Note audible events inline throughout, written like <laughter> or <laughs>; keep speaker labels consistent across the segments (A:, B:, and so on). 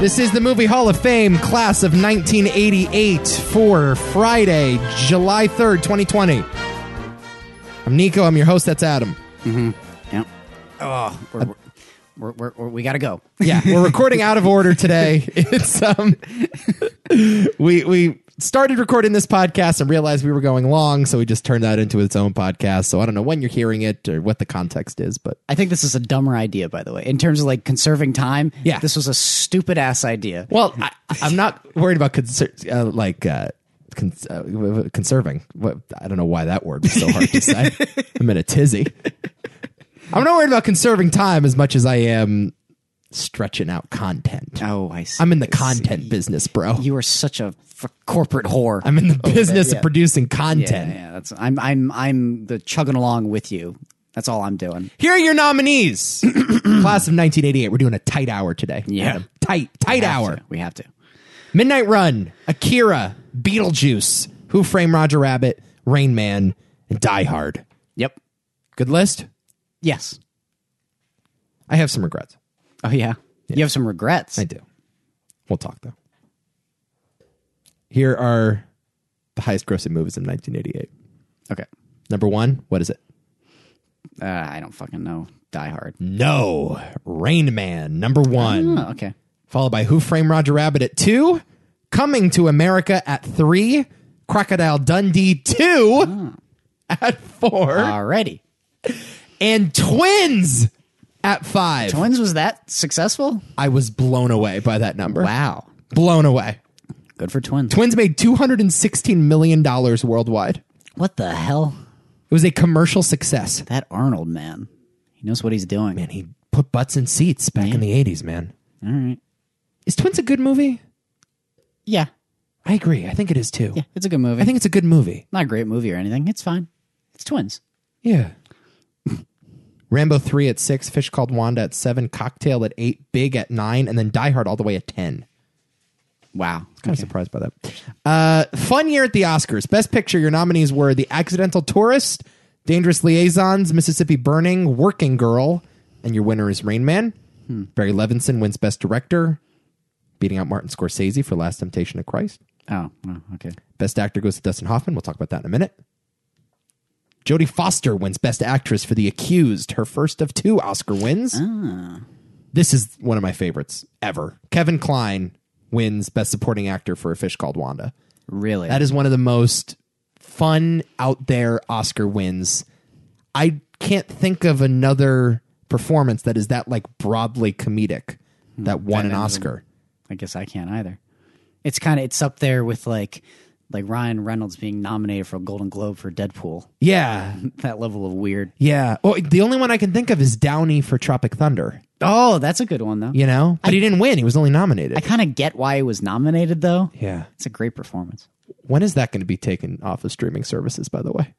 A: This is the Movie Hall of Fame class of 1988 for Friday, July 3rd, 2020. I'm Nico. I'm your host. That's Adam.
B: Yep. Oh, we're, we're, we're, we're, we gotta go.
A: Yeah, we're recording out of order today. It's um, <laughs> we we started recording this podcast and realized we were going long, so we just turned that into its own podcast. So I don't know when you're hearing it or what the context is, but
B: I think this is a dumber idea, by the way, in terms of like conserving time.
A: Yeah.
B: this was a stupid ass idea.
A: well, I, I'm not worried about conser- uh, like uh, cons- uh, w- w- conserving. What, I don't know why that word was so hard to
B: <laughs>
A: say. I'm in a tizzy. I'm not worried about conserving time as much as I am stretching out content.
B: Oh, I see.
A: I'm in the content business, bro.
B: you are such a f- corporate whore.
A: I'm in the business
B: yeah.
A: of producing
B: yeah,
A: content.
B: yeah, that's I'm I'm I'm the chugging along with you. That's all I'm doing.
A: Here are your nominees.
B: <clears throat>
A: Class of 1988. We're doing a tight hour today.
B: Yeah.
A: Adam. Tight, tight
B: We have
A: hour.
B: to. We have to.
A: Midnight Run, Akira, Beetlejuice, Who Framed Roger Rabbit, Rain Man, and Die Hard.
B: Yep.
A: Good list.
B: Yes.
A: I have some regrets.
B: Oh yeah. You have some regrets.
A: I do. We'll talk though. Here are the highest grossing movies in 1988.
B: okay.
A: Number one, what is it?
B: Uh, I don't fucking know. Die Hard.
A: No, Rain Man, number one.
B: Oh, okay.
A: followed by Who Framed Roger Rabbit at two, Coming to America at three, Crocodile Dundee two at four,
B: Already.
A: and Twins at five.
B: Twins was that successful?
A: I was blown away by that number.
B: Wow.
A: Blown away.
B: Good for Twins.
A: Twins made $216 million worldwide.
B: What the hell?
A: It was a commercial success.
B: That Arnold man. He knows what he's doing.
A: Man, he put butts in seats back in the 80s, man.
B: All right.
A: Is Twins a good movie?
B: Yeah.
A: I agree. I think it is too.
B: Yeah. It's a good movie.
A: I think it's a good movie.
B: not a great movie or anything. It's fine. It's twins.
A: Yeah. <laughs> Rambo 3 at 6, Fish Called Wanda at 7, Cocktail at 8, Big at 9, and then Die Hard all the way at 10.
B: Wow.
A: Kind of surprised by that. Uh, fun year at the Oscars. Best picture, your nominees were The Accidental Tourist, Dangerous Liaisons, Mississippi Burning, Working Girl, and your winner is Rain Man. Barry Levinson wins Best Director, beating out Martin Scorsese for Last Temptation of Christ.
B: Oh, well, okay.
A: Best Actor goes to Dustin Hoffman. We'll talk about that in a minute. Jodie Foster wins Best Actress for The Accused, her first of two Oscar wins. This is one of my favorites ever. Kevin Klein wins Best Supporting Actor for A Fish Called Wanda.
B: Really?
A: That is one of the most fun out there Oscar wins. I can't think of another performance that is that like broadly comedic that won an Oscar.
B: I guess I can't either. It's kind of it's up there with like like Ryan Reynolds being nominated for a Golden Globe for Deadpool. <laughs>
A: Yeah.
B: That level of weird.
A: Yeah. Well, the only one I can think of is Downey for Tropic Thunder.
B: Oh, that's a good one though.
A: you know but he didn't win he was only nominated
B: I kind of get why he was nominated though.
A: yeah
B: It's a great performance.
A: when is that going to be taken off of streaming services by the way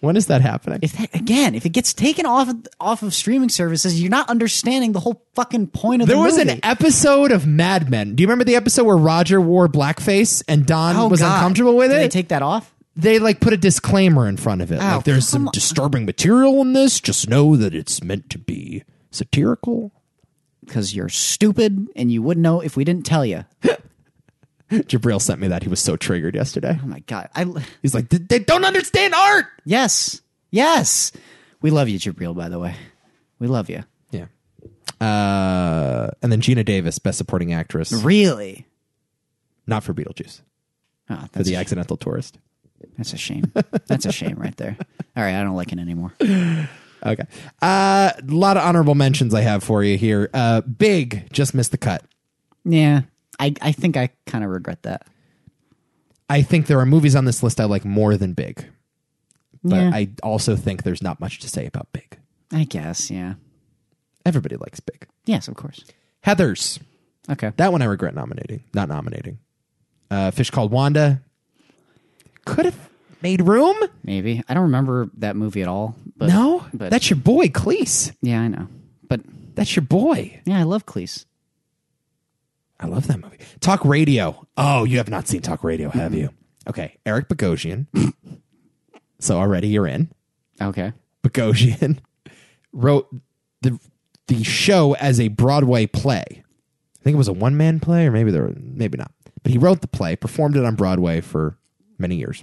A: when is that happening
B: If that again, if it gets taken off of, off of streaming services, you're not understanding the whole fucking point of
A: there
B: the
A: was
B: movie.
A: an episode of Mad Men. Do you remember the episode where Roger wore blackface and Don
B: Oh,
A: was
B: God.
A: uncomfortable with
B: Did
A: it?
B: They take that off.
A: they like put a disclaimer in front of it.
B: Oh,
A: like there's some
B: come on.
A: disturbing material in this. Just know that it's meant to be satirical. <laughs>
B: because you're stupid and you wouldn't know if we didn't tell you.
A: Jabril sent me that. He was so triggered yesterday.
B: Oh my god! I
A: He's like, "They- they don't understand art.
B: yes, yes. We love you, Jabril. By the way, we love you.
A: Yeah. Uh, and then Gina Davis, best supporting actress,
B: Really?
A: not for Beetlejuice.
B: Oh,
A: for
B: that's
A: the accidental tourist.
B: that's a shame. That's a shame
A: <laughs>
B: right there. All right, I don't like it anymore.
A: Okay. Uh, a lot of honorable mentions I have for you here. Uh, Big just missed the cut.
B: Yeah, I I think I kind of regret that.
A: I think there are movies on this list I like more than Big, but
B: yeah,
A: I also think there's not much to say about Big.
B: I guess. Yeah.
A: Everybody likes Big.
B: Yes, of course.
A: Heather's
B: Okay.
A: that one I regret nominating, not nominating. Uh, Fish called Wanda could have made room.
B: Maybe I don't remember that movie at all. But
A: No,
B: but
A: that's your boy Cleese.
B: yeah, I know. But
A: That's your boy.
B: yeah, I love Cleese.
A: I love that movie. Talk Radio. Oh, you have not seen Talk Radio, have you? Okay, Eric Bogosian. <laughs> so already you're in.
B: Okay.
A: <laughs> Bogosian wrote the the show as a Broadway play. I think it was a one man play, or maybe there, were- maybe not. But he wrote the play, performed it on Broadway for many years.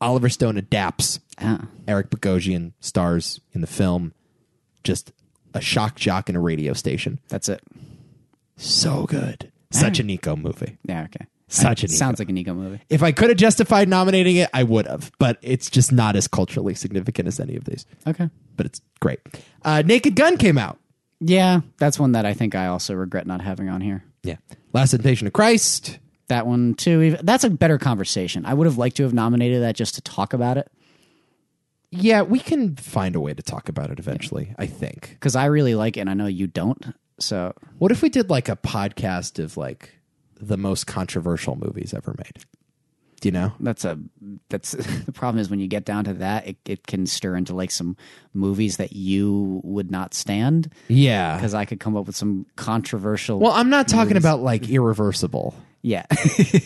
A: Oliver Stone adapts
B: Ah.
A: Eric Bogosian stars in the film, just a shock jock in a radio station.
B: That's it.
A: So good, such an eco movie.
B: Yeah, okay.
A: Such
B: I-
A: an
B: sounds like an ego movie.
A: If I could have justified nominating it, I would have. But it's just not as culturally significant as any of these.
B: Okay.
A: But it's great. Uh, Naked Gun came out.
B: Yeah, that's one that I think I also regret not having on here.
A: Yeah, Last Temptation of Christ.
B: That one too. Even, that's a better conversation. I would have liked to have nominated that just to talk about it
A: Yeah, we can find a way to talk about it eventually. I think.
B: because I really like it. and I know you don't. So
A: What if we did like a podcast of like the most controversial movies ever made? Do you know?
B: that's a that's <laughs> the problem is when you get down to that, it, it can stir into like some movies that you would not stand
A: Yeah.
B: because I could come up with some controversial.
A: Well, I'm not talking about like irreversible. <laughs>
B: yeah, <laughs>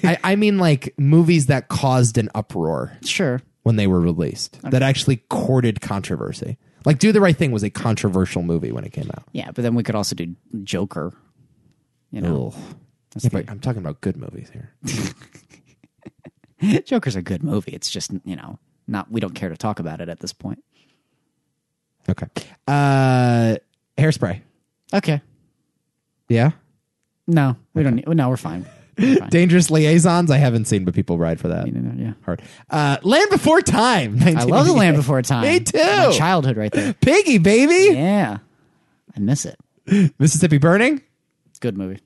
A: I, I mean like movies that caused an uproar
B: sure.
A: when they were released that actually courted controversy. Like Do the Right Thing was a controversial movie when it came out.
B: Yeah, but then we could also do Joker. You know,
A: Ugh.
B: that's
A: Yeah, but I'm talking about good movies here.
B: <laughs> the- Joker's a good movie. It's just you know not we don't care to talk about it at this point.
A: Okay. Uh Hairspray.
B: Okay,
A: Yeah.
B: no, we don't. Need, no, we're fine. We're
A: <laughs>
B: fine.
A: Dangerous Liaisons, I haven't seen, but people ride for that.
B: yeah.
A: Hard. Uh, Land Before Time.
B: I love the Land Before Time.
A: Me too.
B: My childhood right
A: <laughs>
B: there.
A: Piggy, baby.
B: Yeah, I miss it.
A: Mississippi Burning.
B: It's a good movie.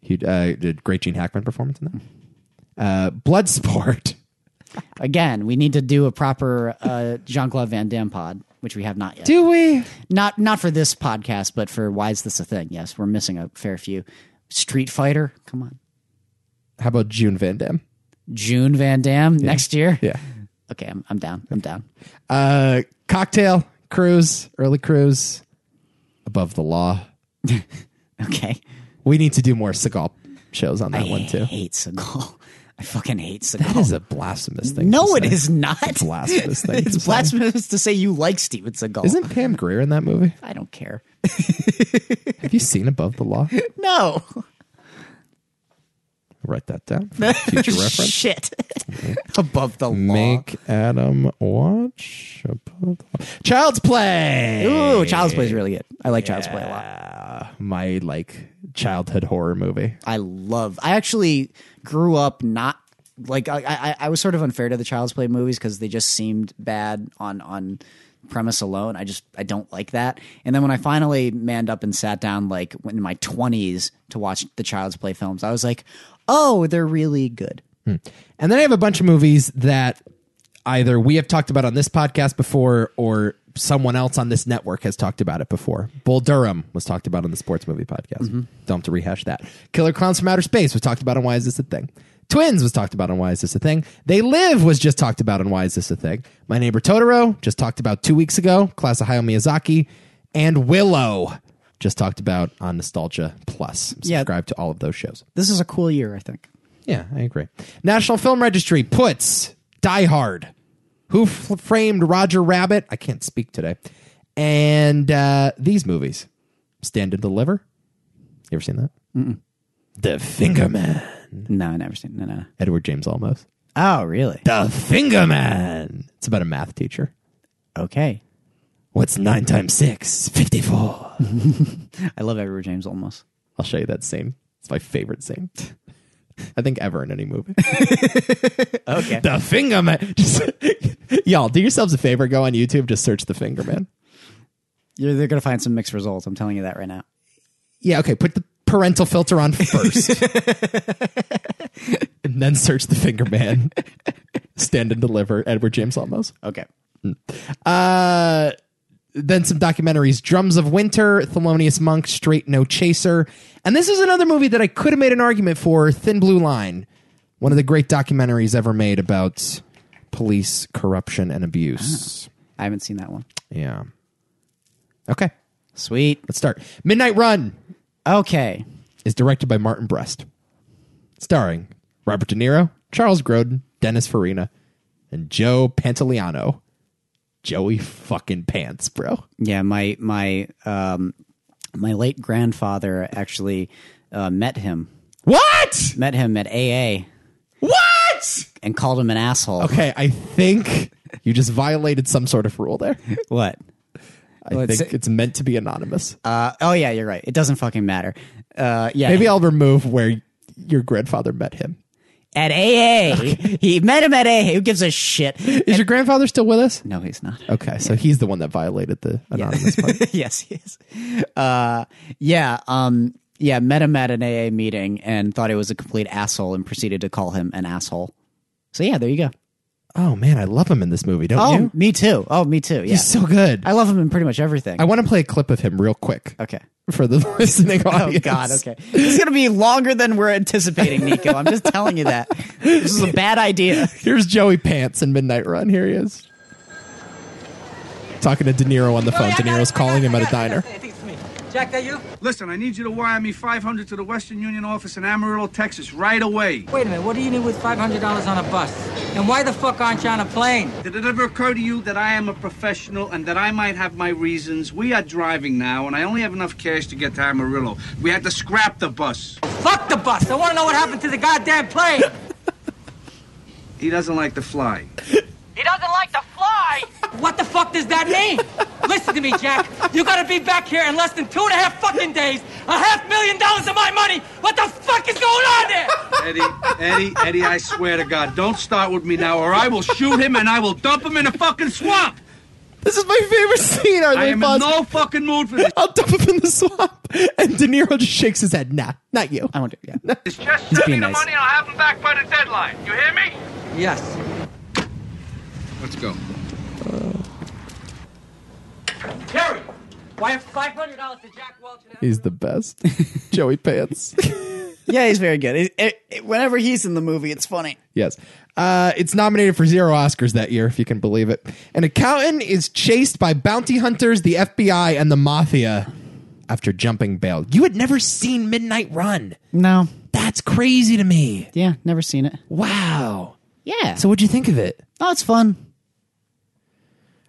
A: He uh, did great Gene Hackman performance
B: Hmm.
A: in that. Uh, Bloodsport.
B: Again, we need to do a proper uh, Jean Claude Van Damme pod, which we have not yet.
A: Do we?
B: Not not for this podcast, but for why is this a thing? Yes, we're missing a fair few. Street Fighter, come on.
A: How about June Van Damme?
B: June Van Damme next year.
A: Yeah.
B: Okay, I'm I'm down. I'm down.
A: Uh, cocktail. Cruise. Early Cruise. Above the Law.
B: Okay.
A: We need to do more Seagal shows on that one
B: I
A: too.
B: hate Seagal. <laughs> I fucking hate Seagal.
A: That is a blasphemous thing.
B: no,
A: to
B: it
A: say. <laughs>
B: is not. <laughs>
A: Blasphemous thing. to
B: It's
A: say.
B: blasphemous to say you like Steven Seagal.
A: Isn't Pam Greer in that movie?
B: I don't care.
A: Have you seen Above the
B: <laughs>
A: Law?
B: No.
A: Write that down
B: <laughs>
A: for future reference. Mm-hmm.
B: Shit. Above the law.
A: Make Adam watch above the- Child's Play.
B: Ooh, Child's Play is really good. I like Child's Play a lot.
A: Uh, my like childhood horror movie.
B: I love. I actually grew up not like I. I, I was sort of unfair to the Child's Play movies because they just seemed bad on on premise alone. I just I don't like that. And then when I finally manned up and sat down like in my twenties to watch the Child's Play films, I was like, oh, they're really good.
A: Hmm. And then I have a bunch of movies that either we have talked about on this podcast before or someone else on this network has talked about it before. Bull Durham was talked about on the sports movie podcast. Don't have to rehash that. Killer Clowns from Outer Space was talked about on Why Is This a Thing? Twins was talked about on Why Is This a Thing? They Live was just talked about on Why Is This a Thing? My Neighbor Totoro just talked about two weeks ago. Class of Hayao Miyazaki and Willow just talked about on Nostalgia Plus.
B: Yeah.
A: Subscribe to all of those shows.
B: This is a cool year, I think.
A: Yeah, I agree. National Film Registry puts Die Hard, Who F- Framed Roger Rabbit. I can't speak today. And uh, these movies Stand and Deliver. You ever seen that? Mm-mm. The Fingerman.
B: No, I never seen. No, no.
A: Edward James Olmos.
B: Mm-hmm. Oh, really?
A: The Fingerman. It's about a math teacher.
B: Okay.
A: What's nine times six? 54.
B: I love Edward James almost.
A: I'll show you that scene. It's my favorite scene. <laughs> I think ever in any <laughs> movie.
B: Okay.
A: The finger man. Just, <laughs> y'all, do yourselves a favor. Go on YouTube. Just search the finger man.
B: You're, they're going to find some mixed results. I'm telling you that right now.
A: Yeah, okay. Put the parental filter on first, <laughs> and then search the finger man. Stand and deliver. Edward James Olmos.
B: Okay.
A: Uh, then some documentaries: Drums of Winter, Thelonious Monk, Straight No Chaser, and this is another movie that I could have made an argument for: Thin Blue Line, one of the great documentaries ever made about police corruption and abuse.
B: I haven't seen that one.
A: Yeah. Okay,
B: Sweet.
A: let's start. Midnight Run
B: Okay.
A: is directed by Martin Brest, starring Robert De Niro, Charles Grodin, Dennis Farina, and Joe Pantoliano. Joey fucking pants, bro.
B: Yeah, my my um my late grandfather actually uh, met him,
A: What?
B: met him at AA,
A: What?
B: and called him an asshole.
A: Okay, I think you just violated some sort of rule there.
B: What?
A: I
B: Let's
A: think
B: see.
A: it's meant to be anonymous.
B: Uh, oh yeah, you're right. It doesn't fucking matter. Uh, yeah,
A: Maybe I'll remove where your grandfather met him.
B: at AA, he met him at AA. Who gives a shit?
A: Is your grandfather still with us?
B: No,
A: <laughs>
B: he's not.
A: Okay, so he's the one that violated the anonymous
B: <laughs>
A: part.
B: yes, he is. Uh, yeah, um, yeah. Met him at an AA meeting and thought he was a complete asshole and proceeded to call him an asshole. So yeah, there you go.
A: Oh man, I love him in this movie, don't
B: Oh,
A: you?
B: me too. Oh, me too. Yeah,
A: He's so good.
B: I love him in pretty much everything.
A: I want to play a clip of him real quick
B: okay.
A: for the <laughs> listening
B: Oh <laughs>
A: audience.
B: God! Okay, this is gonna be longer than we're anticipating, Nico. I'm just telling you that this is a bad idea.
A: Here's Joey Pants in Midnight Run. Here he is. Talking to De Niro
B: Oh,
A: on the
C: Oh,
A: phone. De Niro's calling him at a diner.
C: I think it's me. Jack, that you?
D: Listen, I need you to wire me 500 to the Western Union office in Amarillo, Texas, right away.
C: Wait a minute, what do you need with $500 on a bus? And why the fuck aren't you on a plane?
D: Did it ever occur to you that I am a professional and that I might have my reasons? We are driving now, and I only have enough cash to get to Amarillo. We had to scrap the bus.
C: Fuck the bus! I wanna know what happened to the goddamn plane!
D: He doesn't like to fly.
C: <laughs> he doesn't like to fly! What the fuck does that mean? Listen to me, Jack. You gotta be back here in less than two and a half fucking days. A half million dollars of my money! What the fuck is going on there?
D: Eddie, Eddie, Eddie, I swear to God, don't start with me now, or I will shoot him and I will dump him in a fucking swamp.
A: This is my favorite scene. Are
D: I
A: they
D: am in no fucking mood for this.
A: I'll dump him in the swamp. And De Niro just shakes his head. Nah, not you.
B: I won't do. Yeah.
D: Just send me
B: being
D: the
B: nice.
D: money and I'll have him back by the deadline. You hear me?
C: Yes.
D: Let's go.
C: Terry! Why have $500 to Jack Welch and
A: He's the
D: <laughs>
A: best. Joey Pants.
B: <laughs> yeah, he's very good. It- it- it- whenever he's in the movie, it's funny.
A: Yes. Uh, it's nominated for zero Oscars that year, if you can believe it. An accountant is chased by bounty hunters, the FBI, and the mafia after jumping bail. You had never seen Midnight Run.
B: No,
A: That's crazy to me.
B: yeah, never seen it.
A: Wow.
B: Yeah,
A: So, what'd you think of it?
B: oh, it's fun.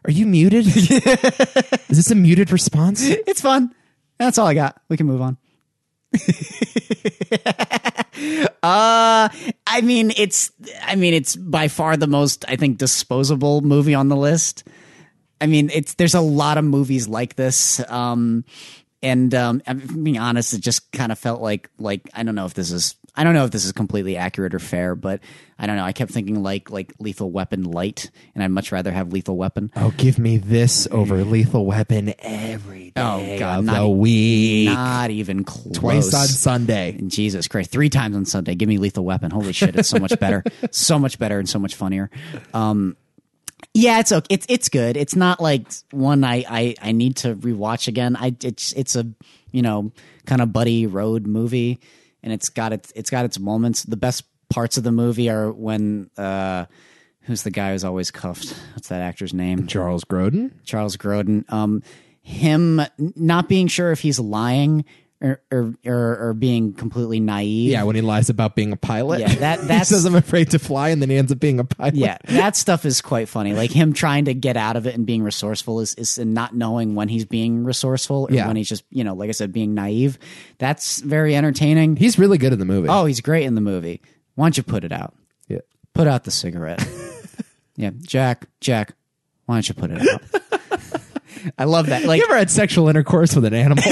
A: Are you
D: <laughs>
A: muted? is this a muted response?
B: <laughs> It's fun. That's all I got. We can move on. <laughs> uh I mean it's I mean it's by far the most I think disposable movie on the list. I mean it's there's a lot of movies like this um and um I'm being honest it just kind of felt like like I don't know if this is I don't know if this is completely accurate or fair but I don't know I kept thinking like like Lethal Weapon light and I'd much rather have Lethal Weapon.
A: Oh, give me this over Lethal Weapon every day
B: Oh, God,
A: of
B: not
A: the
B: e-
A: week.
B: Not even close.
A: Twice on Sunday.
B: Jesus Christ, three times on Sunday. Give me Lethal Weapon. Holy shit, it's so much better,
A: <laughs>
B: so much better, and so much funnier. Um, yeah, it's okay. It's it's good. It's not like one I I, I need to rewatch again. I it's it's a you know kind of buddy road movie, and it's got its it's got its moments. The best parts of the movie are when uh, who's the guy who's always cuffed? What's that actor's name?
A: Charles Grodin?
B: Charles Grodin. Um, him not being sure if he's lying or or, or, or being completely naive.
A: Yeah, when he lies about being a pilot.
B: Yeah, that-
A: <laughs>
B: that's-
A: he says I'm afraid to fly, and then he ends up being a pilot.
B: Yeah, that stuff is quite funny. Like him trying to get out of it and being resourceful is is and not knowing when he's being resourceful or
A: Yeah.
B: when he's just you know, like I said, being naive. That's very entertaining.
A: he's really good in the movie.
B: oh, he's great in the movie. Why don't you put it out?
A: yeah.
B: Put out the <laughs> cigarette. yeah, Jack, Jack, why don't you put it out? <laughs> I love that. Like
A: You ever had sexual intercourse with an
B: <laughs>
A: animal?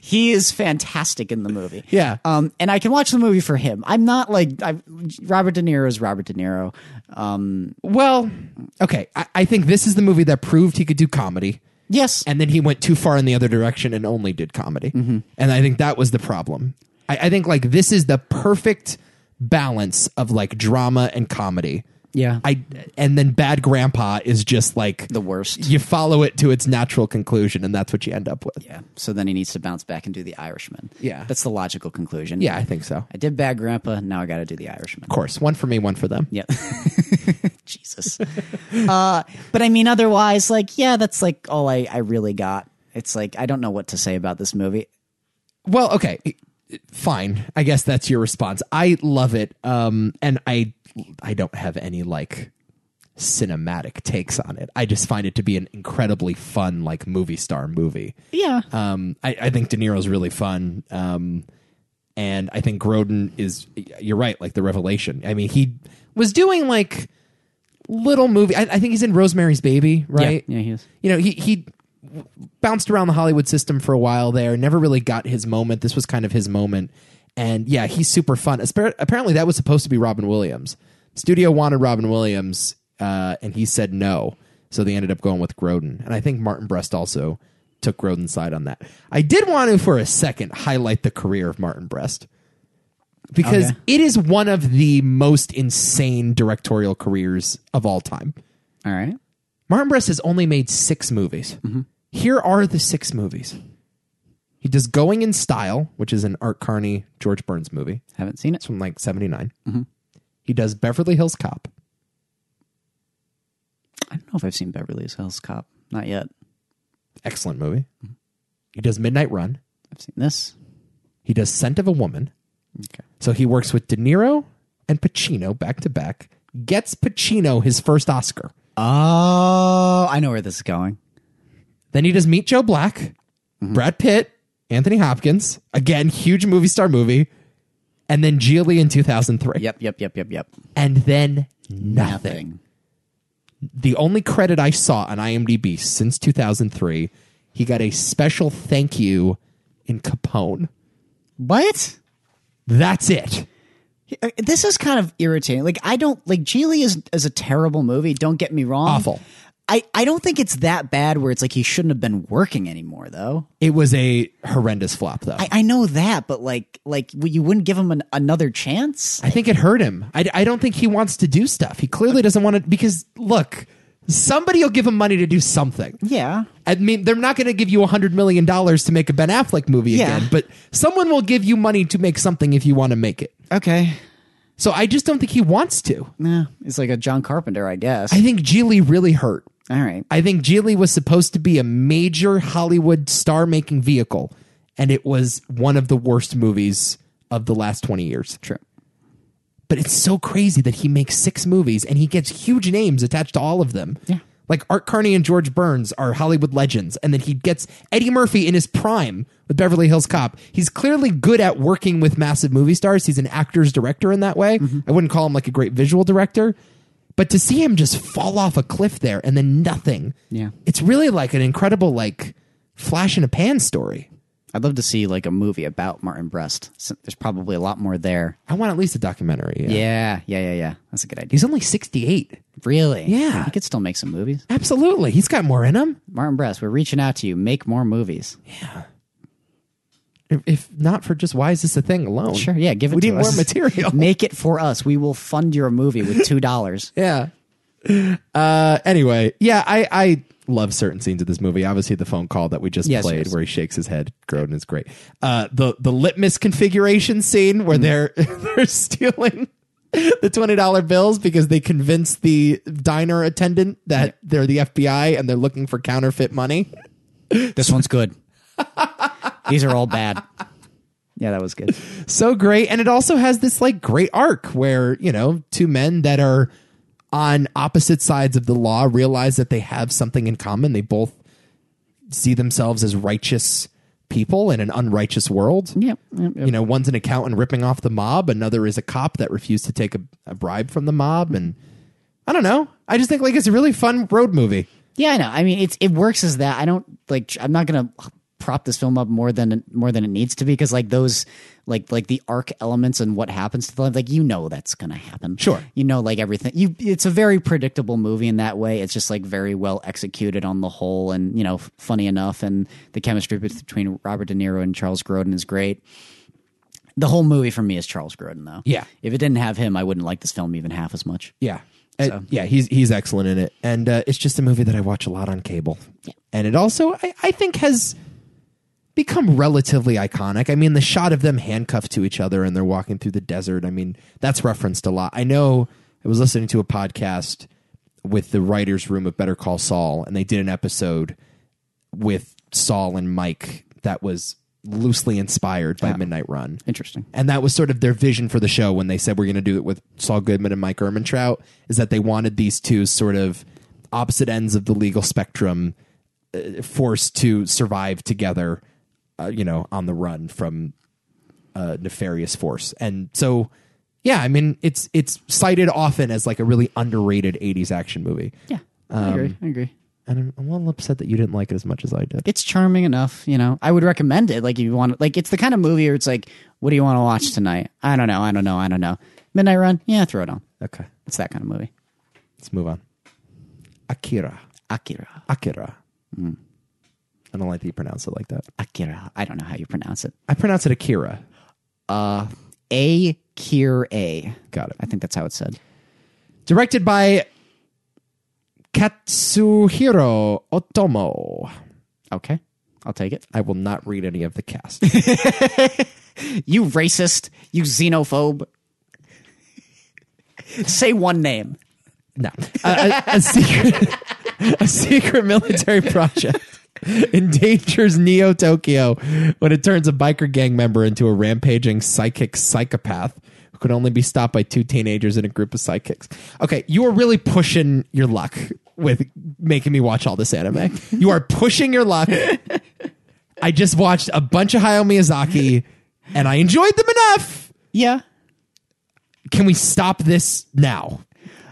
B: he is fantastic in the movie.
A: Yeah.
B: Um, and I can watch the movie for him. I'm not like I, Robert De Niro is Robert De Niro. Um,
A: well, okay. I, I think this is the movie that proved he could do comedy,
B: yes,
A: and then he went too far in the other direction and only did comedy.
B: Mm-hmm.
A: And I think that was the problem. I, I think like this is the perfect balance of like drama and comedy.
B: Yeah.
A: I and then Bad Grandpa is just like
B: the worst.
A: you follow it to its natural conclusion, and that's what you end up with.
B: Yeah. So then he needs to bounce back and do The Irishman.
A: Yeah.
B: That's the logical conclusion.
A: Yeah, I think so.
B: I did Bad Grandpa. Now I got to do The Irishman.
A: Of course, one for me, one for them.
B: Yeah. <laughs> Jesus. uh, but I mean, otherwise, like, yeah, that's like all I, I really got. It's like I don't know what to say about this movie.
A: Well, okay, fine. I guess that's your response. I love it, um, and I I don't have any like cinematic takes on it. I just find it to be an incredibly fun, like movie star movie.
B: Yeah.
A: Um, I, I think De Niro's really fun. Um, and I think Grodin is, you're right, like the revelation. I mean, he was doing like little movie. I, I think he's in Rosemary's Baby, right?
B: Yeah, he is.
A: You know, he, he bounced around the Hollywood system for a while there, never really got his moment. This was kind of his moment. And yeah, he's super fun. Aspar- Apparently, that was supposed to be Robin Williams. Studio wanted Robin Williams, uh, and he said no. So they ended up going with Grodin. And I think Martin Brest also took Grodin's side on that. I did want to, for a second, highlight the career of Martin Brest because
B: Okay.
A: it is one of the most insane directorial careers of all time.
B: All right.
A: Martin Brest has only made six movies. Here are the six movies. He does Going in Style, which is an Art Carney, George Burns movie.
B: Haven't seen
A: It's
B: it.
A: from like 79. He does Beverly Hills Cop.
B: I don't know if I've seen Beverly Hills Cop. Not yet.
A: Excellent movie. He does Midnight Run.
B: I've seen this.
A: He does Scent of a Woman.
B: Okay.
A: So he works with De Niro and Pacino back to back. Gets Pacino his first Oscar.
B: Oh, I know where this is going.
A: Then he does Meet Joe Black,
B: Mm-hmm.
A: Brad Pitt, Anthony Hopkins. Again, huge movie star movie. And then Geely in 2003.
B: Yep, yep, yep, yep, yep.
A: And then nothing. The only credit I saw on IMDb since 2003, he got a special thank you in Capone.
B: What?
A: That's it.
B: Uh, This is kind of irritating. Like I don't like Geely is is a terrible movie. Don't get me wrong.
A: Awful.
B: I I don't think it's that bad where it's like he shouldn't have been working anymore though.
A: It was a horrendous flop, though.
B: I, I know that, but like like w- you wouldn't give him an, another chance.
A: I think it hurt him. I, I don't think he wants to do stuff. He clearly doesn't want to because look, somebody will give him money to do something.
B: Yeah.
A: I mean, they're not going to give you a hundred million dollars to make a Ben Affleck movie
B: Yeah.
A: again, but someone will give you money to make something if you want to make it.
B: Okay.
A: So I just don't think he wants to.
B: Nah, it's like a John Carpenter, I guess.
A: I think Geely really hurt.
B: All right.
A: I think Geely was supposed to be a major Hollywood star-making vehicle, and it was one of the worst movies of the last twenty years.
B: True.
A: but it's so crazy that he makes six movies and he gets huge names attached to all of them.
B: Yeah.
A: Like Art Carney and George Burns are Hollywood legends, and then he gets Eddie Murphy in his prime with Beverly Hills Cop. He's clearly good at working with massive movie stars. He's an actor's director in that way.
B: Mm-hmm.
A: I wouldn't call him like a great visual director, but to see him just fall off a cliff there and then nothing,
B: Yeah.
A: it's really like an incredible like flash in a pan story.
B: I'd love to see like a movie about Martin Brest. So there's probably a lot more there.
A: I want at least a documentary.
B: Yeah, yeah, yeah, yeah. That's a good idea.
A: he's only sixty-eight.
B: Really?
A: Yeah.
B: He could still make some movies.
A: Absolutely, he's got more in him.
B: Martin Brest, we're reaching out to you. Make more movies.
A: If- If not for just why is this a thing alone?
B: Sure, yeah, give it
A: We
B: to
A: need
B: us.
A: more
B: <laughs>
A: material.
B: Make it for us. We will fund your movie with two dollars.
A: yeah. Uh, anyway, yeah, I I love certain scenes of this movie. Obviously, the phone call that we just
B: Yes,
A: played,
B: yes.
A: where he shakes his head, Groden is great. Uh, the the litmus configuration scene where they're
B: Mm-hmm.
A: <laughs> they're stealing the twenty dollar bills because they convince the diner attendant that they're the FBI and they're looking for counterfeit money.
B: This one's good. These are all bad. Yeah, that
A: <laughs>
B: was good.
A: so great and it also has this like great arc where you know two men that are on opposite sides of the law realize that they have something in common they both see themselves as righteous people in an unrighteous world
B: Yep, yep, yep.
A: you know one's an accountant ripping off the mob another is a cop that refused to take a, a bribe from the mob and i don't know i just think like it's a really fun road movie
B: Yeah, I know. I mean, it's it works as that. I don't like. I'm not gonna prop this film up more than more than it needs to be because like those like like the arc elements and what happens to them like you know that's gonna happen
A: Sure.
B: you know like everything you it's a very predictable movie in that way it's just like very well executed on the whole and you know f- funny enough and the chemistry between robert de niro and charles grodin is great the whole movie for me is charles grodin though
A: Yeah.
B: if it didn't have him i wouldn't like this film even half as much
A: Yeah. Uh, yeah, he's he's excellent in it, and uh, it's just a movie that I watch a lot on cable, and it also I, I think has become relatively iconic. I mean, the shot of them handcuffed to each other and they're walking through the desert. I mean, that's referenced a lot. I know I was listening to a podcast with the writers' room of Better Call Saul, and they did an episode with Saul and Mike that was loosely inspired by Midnight Run.
B: Interesting.
A: And that was sort of their vision for the show when they said we're going to do it with Saul Goodman and Mike Ehrmantraut, is that they wanted these two sort of opposite ends of the legal spectrum uh, forced to survive together, uh, you know, on the run from a nefarious force. And so, yeah, I mean, it's it's cited often as like a really underrated '80s action movie.
B: Yeah, I agree. I agree.
A: And I'm, I'm a little upset that you didn't like it as much as I did.
B: It's charming enough, you know. I would recommend it. Like if you want, like it's the kind of movie where it's like, what do you want to watch tonight? I don't know. I don't know. I don't know. Midnight Run. Yeah, throw it on.
A: Okay,
B: It's that kind of movie.
A: let's move on. Akira,
B: Akira.
A: Akira. I don't like that you pronounce it like that.
B: Akira. I don't know how you pronounce it.
A: I pronounce it Akira.
B: A Kira. I
A: Got it.
B: think that's how it's said.
A: Directed by Katsuhiro Otomo.
B: Okay, I'll take it.
A: I will not read any of the cast.
B: You racist. You xenophobe. <laughs> Say one name.
A: No, a, a, a secret, <laughs> a secret military project endangers Neo Tokyo when it turns a biker gang member into a rampaging psychic psychopath who could only be stopped by two teenagers and a group of psychics. Okay, you are really pushing your luck with making me watch all this anime. You are pushing your luck. I just watched a bunch of Hayao Miyazaki, and I enjoyed them enough.
B: Yeah.
A: Can we stop this now?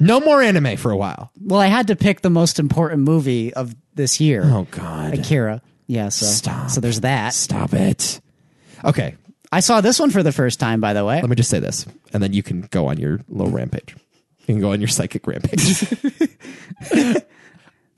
A: No more anime for a while.
B: Well, I had to pick the most important movie of this year.
A: Oh God!
B: Akira. Yeah. So
A: Stop.
B: so there's that.
A: Stop it. Okay,
B: I saw this one for the first time, by the way.
A: let me just say this, and then you can go on your little rampage. You can go on your psychic rampage. <laughs>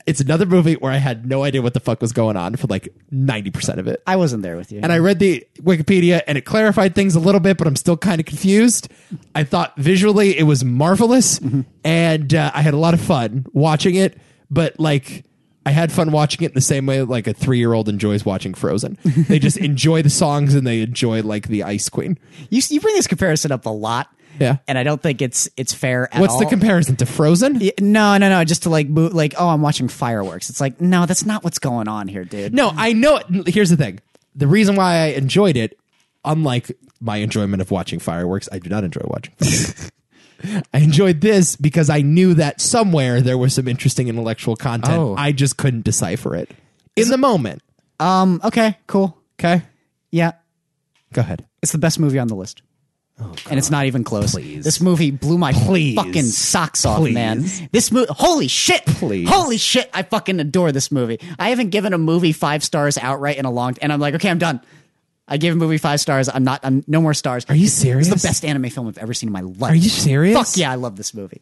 A: it's another movie where I had no idea what the fuck was going on for like ninety percent of it,
B: I wasn't there with you.
A: and I read the Wikipedia and it clarified things a little bit, but I'm still kind of confused. I thought visually it was marvelous, and uh, I had a lot of fun watching it, but like. I had fun watching it the same way like a three year old enjoys watching Frozen. They just <laughs> enjoy the songs and they enjoy like the Ice Queen.
B: you you bring this comparison up a lot.
A: Yeah.
B: And I don't think it's it's fair at
A: What's
B: all.
A: the comparison to Frozen?
B: Yeah, No, no, no. Just to like, boot, like, oh, I'm watching fireworks. It's like, no, that's not what's going on here, dude.
A: No, I know. It. Here's the thing: the reason why I enjoyed it, unlike my enjoyment of watching fireworks, I do not enjoy watching. fireworks. <laughs> I enjoyed this because I knew that somewhere there was some interesting intellectual content.
B: Oh.
A: I just couldn't decipher it in the moment.
B: Um. Okay. Cool.
A: Okay,
B: Yeah.
A: go ahead.
B: It's the best movie on the list.
A: Oh,
B: and it's not even close. This movie blew my fucking socks off, man. This movie, holy shit,
A: Please.
B: holy shit, I fucking adore this movie. I haven't given a movie five stars outright in a long, and I'm like, okay, I'm done. I gave a movie five stars. I'm not. I'm no more stars.
A: Are you serious?
B: It's the best anime film I've ever seen in my life.
A: Are you serious?
B: Fuck yeah, I love this movie.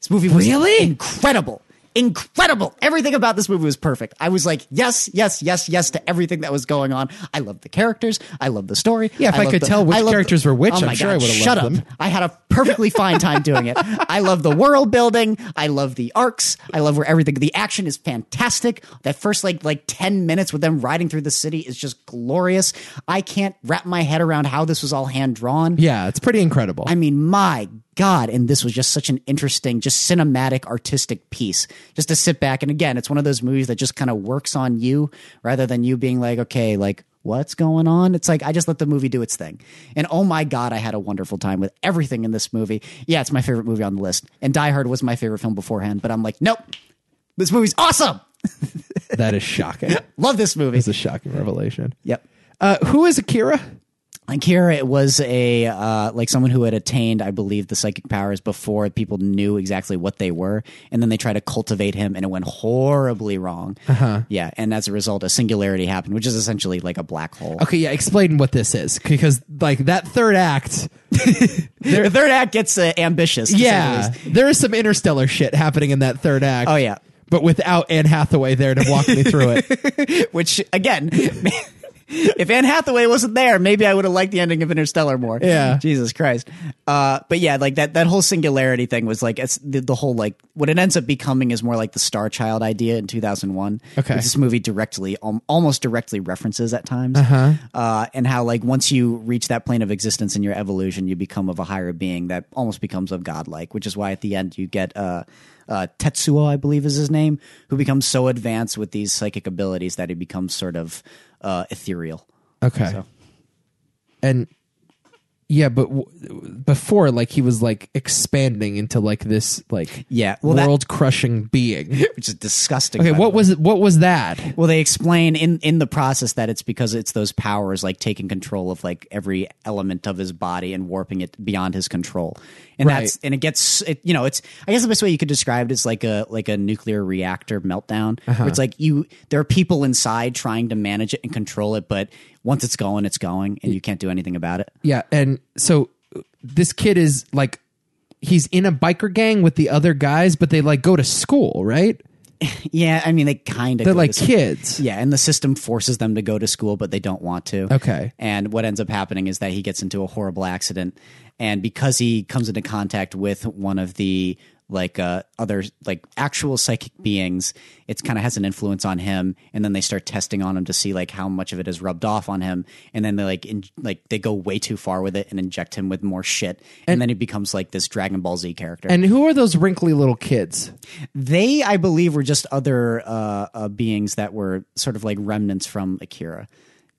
B: This movie was really incredible. Incredible. Everything about this movie was perfect. I was like, yes, yes, yes, yes to everything that was going on. I loved the characters. I loved the story.
A: Yeah, if I
B: loved
A: could
B: the-
A: tell which
B: I loved
A: characters were which,
B: Oh
A: I'm
B: my
A: sure
B: God,
A: I would've
B: Shut
A: loved
B: up.
A: them.
B: I had a perfectly fine time doing it. I love the world building. I love the arcs. I love where everything. The action is fantastic. That first like like ten minutes with them riding through the city is just glorious. I can't wrap my head around how this was all hand drawn.
A: Yeah, it's pretty incredible.
B: I mean, my God. And this was just such an interesting, just cinematic, artistic piece. Just to sit back. And again, it's one of those movies that just kind of works on you rather than you being like, okay, like, what's going on? It's like, I just let the movie do its thing. And oh my God, I had a wonderful time with everything in this movie. Yeah, it's my favorite movie on the list. And Die Hard was my favorite film beforehand, but I'm like, nope, this movie's awesome.
A: that is shocking.
B: Love this
A: <laughs>
B: movie.
A: It's a shocking revelation.
B: Yep.
A: Uh, who is Akira?
B: Akira it was a uh, like someone who had attained, I believe, the psychic powers before people knew exactly what they were, and then they tried to cultivate him, and it went horribly wrong. Uh-huh. Yeah, and as a result, a singularity happened, which is essentially like a black hole.
A: Okay, yeah, explain what this is because like that third act.
B: The third act gets uh, ambitious. to say the
A: Yeah,
B: least.
A: there is some interstellar shit happening in that third act.
B: Oh, yeah.
A: but without Anne Hathaway there to walk me through
B: <laughs>
A: it.
B: which again. <laughs> If Anne Hathaway wasn't there, maybe I would have liked the ending of Interstellar more.
A: Yeah.
B: Jesus Christ. Uh, but yeah, like that, that whole singularity thing was like it's the, the whole like what it ends up becoming is more like the Star Child idea in two thousand one.
A: Okay.
B: this movie directly, um, almost directly references at times, uh-huh. and how like once you reach that plane of existence in your evolution, you become of a higher being that almost becomes of godlike, which is why at the end you get uh, uh, Tetsuo, I believe is his name, who becomes so advanced with these psychic abilities that he becomes sort of uh, ethereal
A: Okay.
B: So.
A: And yeah, but w- before, like he was like expanding into like this like
B: Yeah, well, that-
A: world crushing being.
B: <laughs> which is disgusting.
A: Okay,
B: by
A: what
B: the way.
A: was what was that?
B: Well, they explain in in the process that it's because it's those powers like taking control of like every element of his body and warping it beyond his control, and
A: Right.
B: that's and it gets it, you know it's I guess the best way you could describe it is like a like a nuclear reactor meltdown.
A: Uh-huh.
B: Where it's like you there are people inside trying to manage it and control it, but once it's going, it's going, and you can't do anything about it.
A: Yeah, and so uh, this kid is like he's in a biker gang with the other guys, but they like go to school, right?
B: Yeah, I mean they kind of
A: They're like kids.
B: Yeah, and the system forces them to go to school, but they don't want to.
A: Okay.
B: And what ends up happening is that he gets into a horrible accident, and because he comes into contact with one of the like uh, other like actual psychic beings, it's kind of has an influence on him, and then they start testing on him to see like how much of it is rubbed off on him, and then they like in, like they go way too far with it and inject him with more shit, and, then he becomes like this Dragon Ball Z character.
A: And who are those wrinkly little kids?
B: They, I believe, were just other uh, uh, beings that were sort of like remnants from Akira.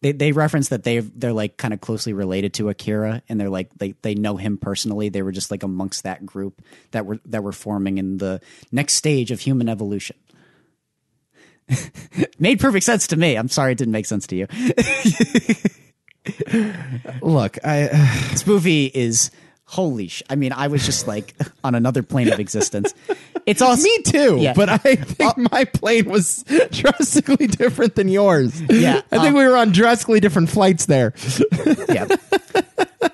B: They they reference that they they're like kind of closely related to Akira, and they're like they they know him personally. They were just like amongst that group that were that were forming in the next stage of human evolution. <laughs> Made perfect sense to me. I'm sorry it didn't make sense to you.
A: Look, I
B: This movie is holy. Sh- I mean, I was just like <laughs> on another plane of existence. It's all
A: me too,
B: Yeah.
A: but I think my plane was <laughs> drastically different than yours.
B: Yeah,
A: I think we were on drastically different flights there.
B: yeah.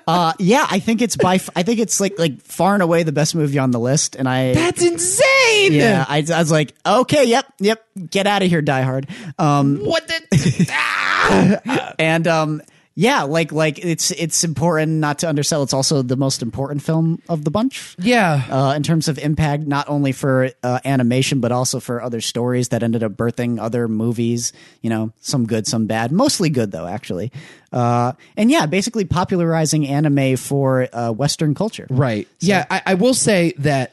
B: Uh, yeah, I think it's by. f- I think it's like like far and away the best movie on the list, and I.
A: That's insane.
B: yeah, I, I was like, okay, yep, yep, get out of here, Die Hard. Um,
A: What <laughs> the
B: and um, yeah, like like it's it's important not to undersell. It's also the most important film of the bunch.
A: Yeah.
B: uh, in terms of impact, not only for uh, animation but also for other stories that ended up birthing other movies. You know, some good, some bad, mostly good though, actually. Uh, and yeah, basically popularizing anime for uh, Western culture.
A: Right. yeah, I, I will say that,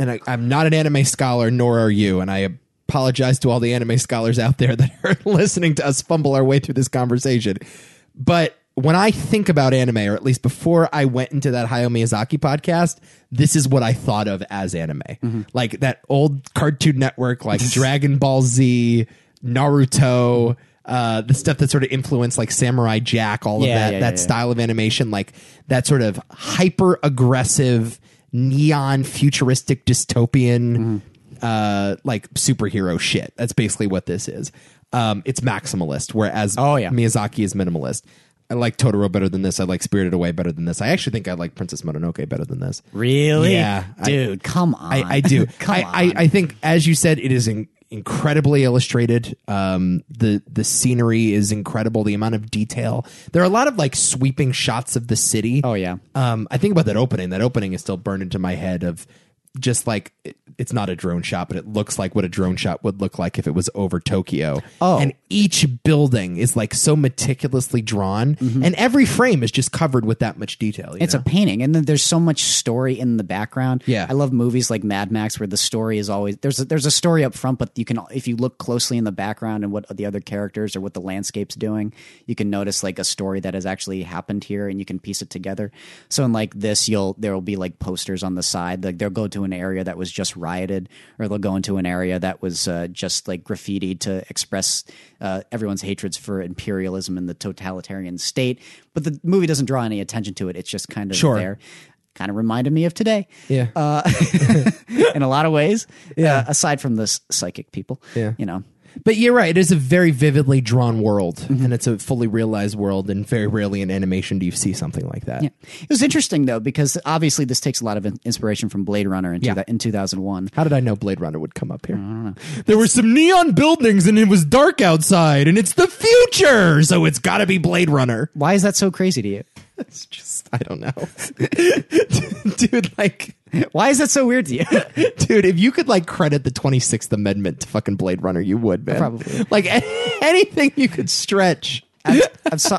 A: and I, I'm not an anime scholar, nor are you, and I apologize to all the anime scholars out there <laughs> that are listening to us fumble our way through this conversation. But when I think about anime, or at least before I went into that Hayao Miyazaki podcast, this is what I thought of as anime.
B: Mm-hmm.
A: Like that old Cartoon Network,
B: <laughs>
A: like Dragon Ball Z, Naruto. Uh, the stuff that sort of influenced like Samurai Jack, all
B: Yeah,
A: of that
B: yeah,
A: that
B: yeah, yeah.
A: style of animation, like that sort of hyper aggressive, neon futuristic dystopian, uh, like superhero shit. That's basically what this is. Um, it's maximalist, whereas
B: Oh, yeah.
A: Miyazaki is minimalist. I like Totoro better than this. I like Spirited Away better than this. I actually think I like Princess Mononoke better than this.
B: Really?
A: Yeah, I-
B: dude, come on.
A: I, I do.
B: <laughs> come
A: I,
B: on.
A: I, I think, as you said, it is in, incredibly illustrated. Um, the the scenery is incredible. The amount of detail. There are a lot of like sweeping shots of the city.
B: Oh, yeah.
A: Um, I think about that opening. That opening is still burned into my head of just like it- it's not a drone shot, but it looks like what a drone shot would look like if it was over Tokyo.
B: Oh.
A: and each building is like so meticulously drawn, and every frame is just covered with that much detail. you
B: Mm-hmm. It's
A: know?
B: a painting, and then there's so much story in the background.
A: Yeah.
B: I love movies like Mad Max where the story is always there's a, there's a story up front, but you can if you look closely in the background and what the other characters or what the landscape's doing, you can notice like a story that has actually happened here, and you can piece it together. So in like this, you'll there will be like posters on the side, like they'll go to an area that was just rioted, or they'll go into an area that was uh, just like graffitied to express uh, everyone's hatreds for imperialism and the totalitarian state. But the movie doesn't draw any attention to it. It's just kind of
A: Sure.
B: there. Kind of reminded me of today.
A: Yeah.
B: Uh, <laughs> in a lot of ways. Yeah. aside from the s- psychic people.
A: Yeah.
B: You know.
A: But you're right. It is a very vividly drawn world, and it's a fully realized world. And very rarely in animation do you see something like that.
B: Yeah. It was interesting though because obviously this takes a lot of in- inspiration from Blade Runner in, two-
A: Yeah.
B: in 2001.
A: How did I know Blade Runner would come up here? I don't know. There were some neon buildings, and it was dark outside, and it's the future, so it's got to be Blade Runner. <laughs>
B: Why is that so crazy to you?
A: It's just I don't know, <laughs> dude. Like,
B: Why is that so
A: <laughs>
B: weird to you?
A: dude, if you could like credit the Twenty Sixth Amendment to fucking Blade Runner, you would, man.
B: Probably.
A: Like <laughs> a- anything you could stretch.
B: I'm <laughs> so-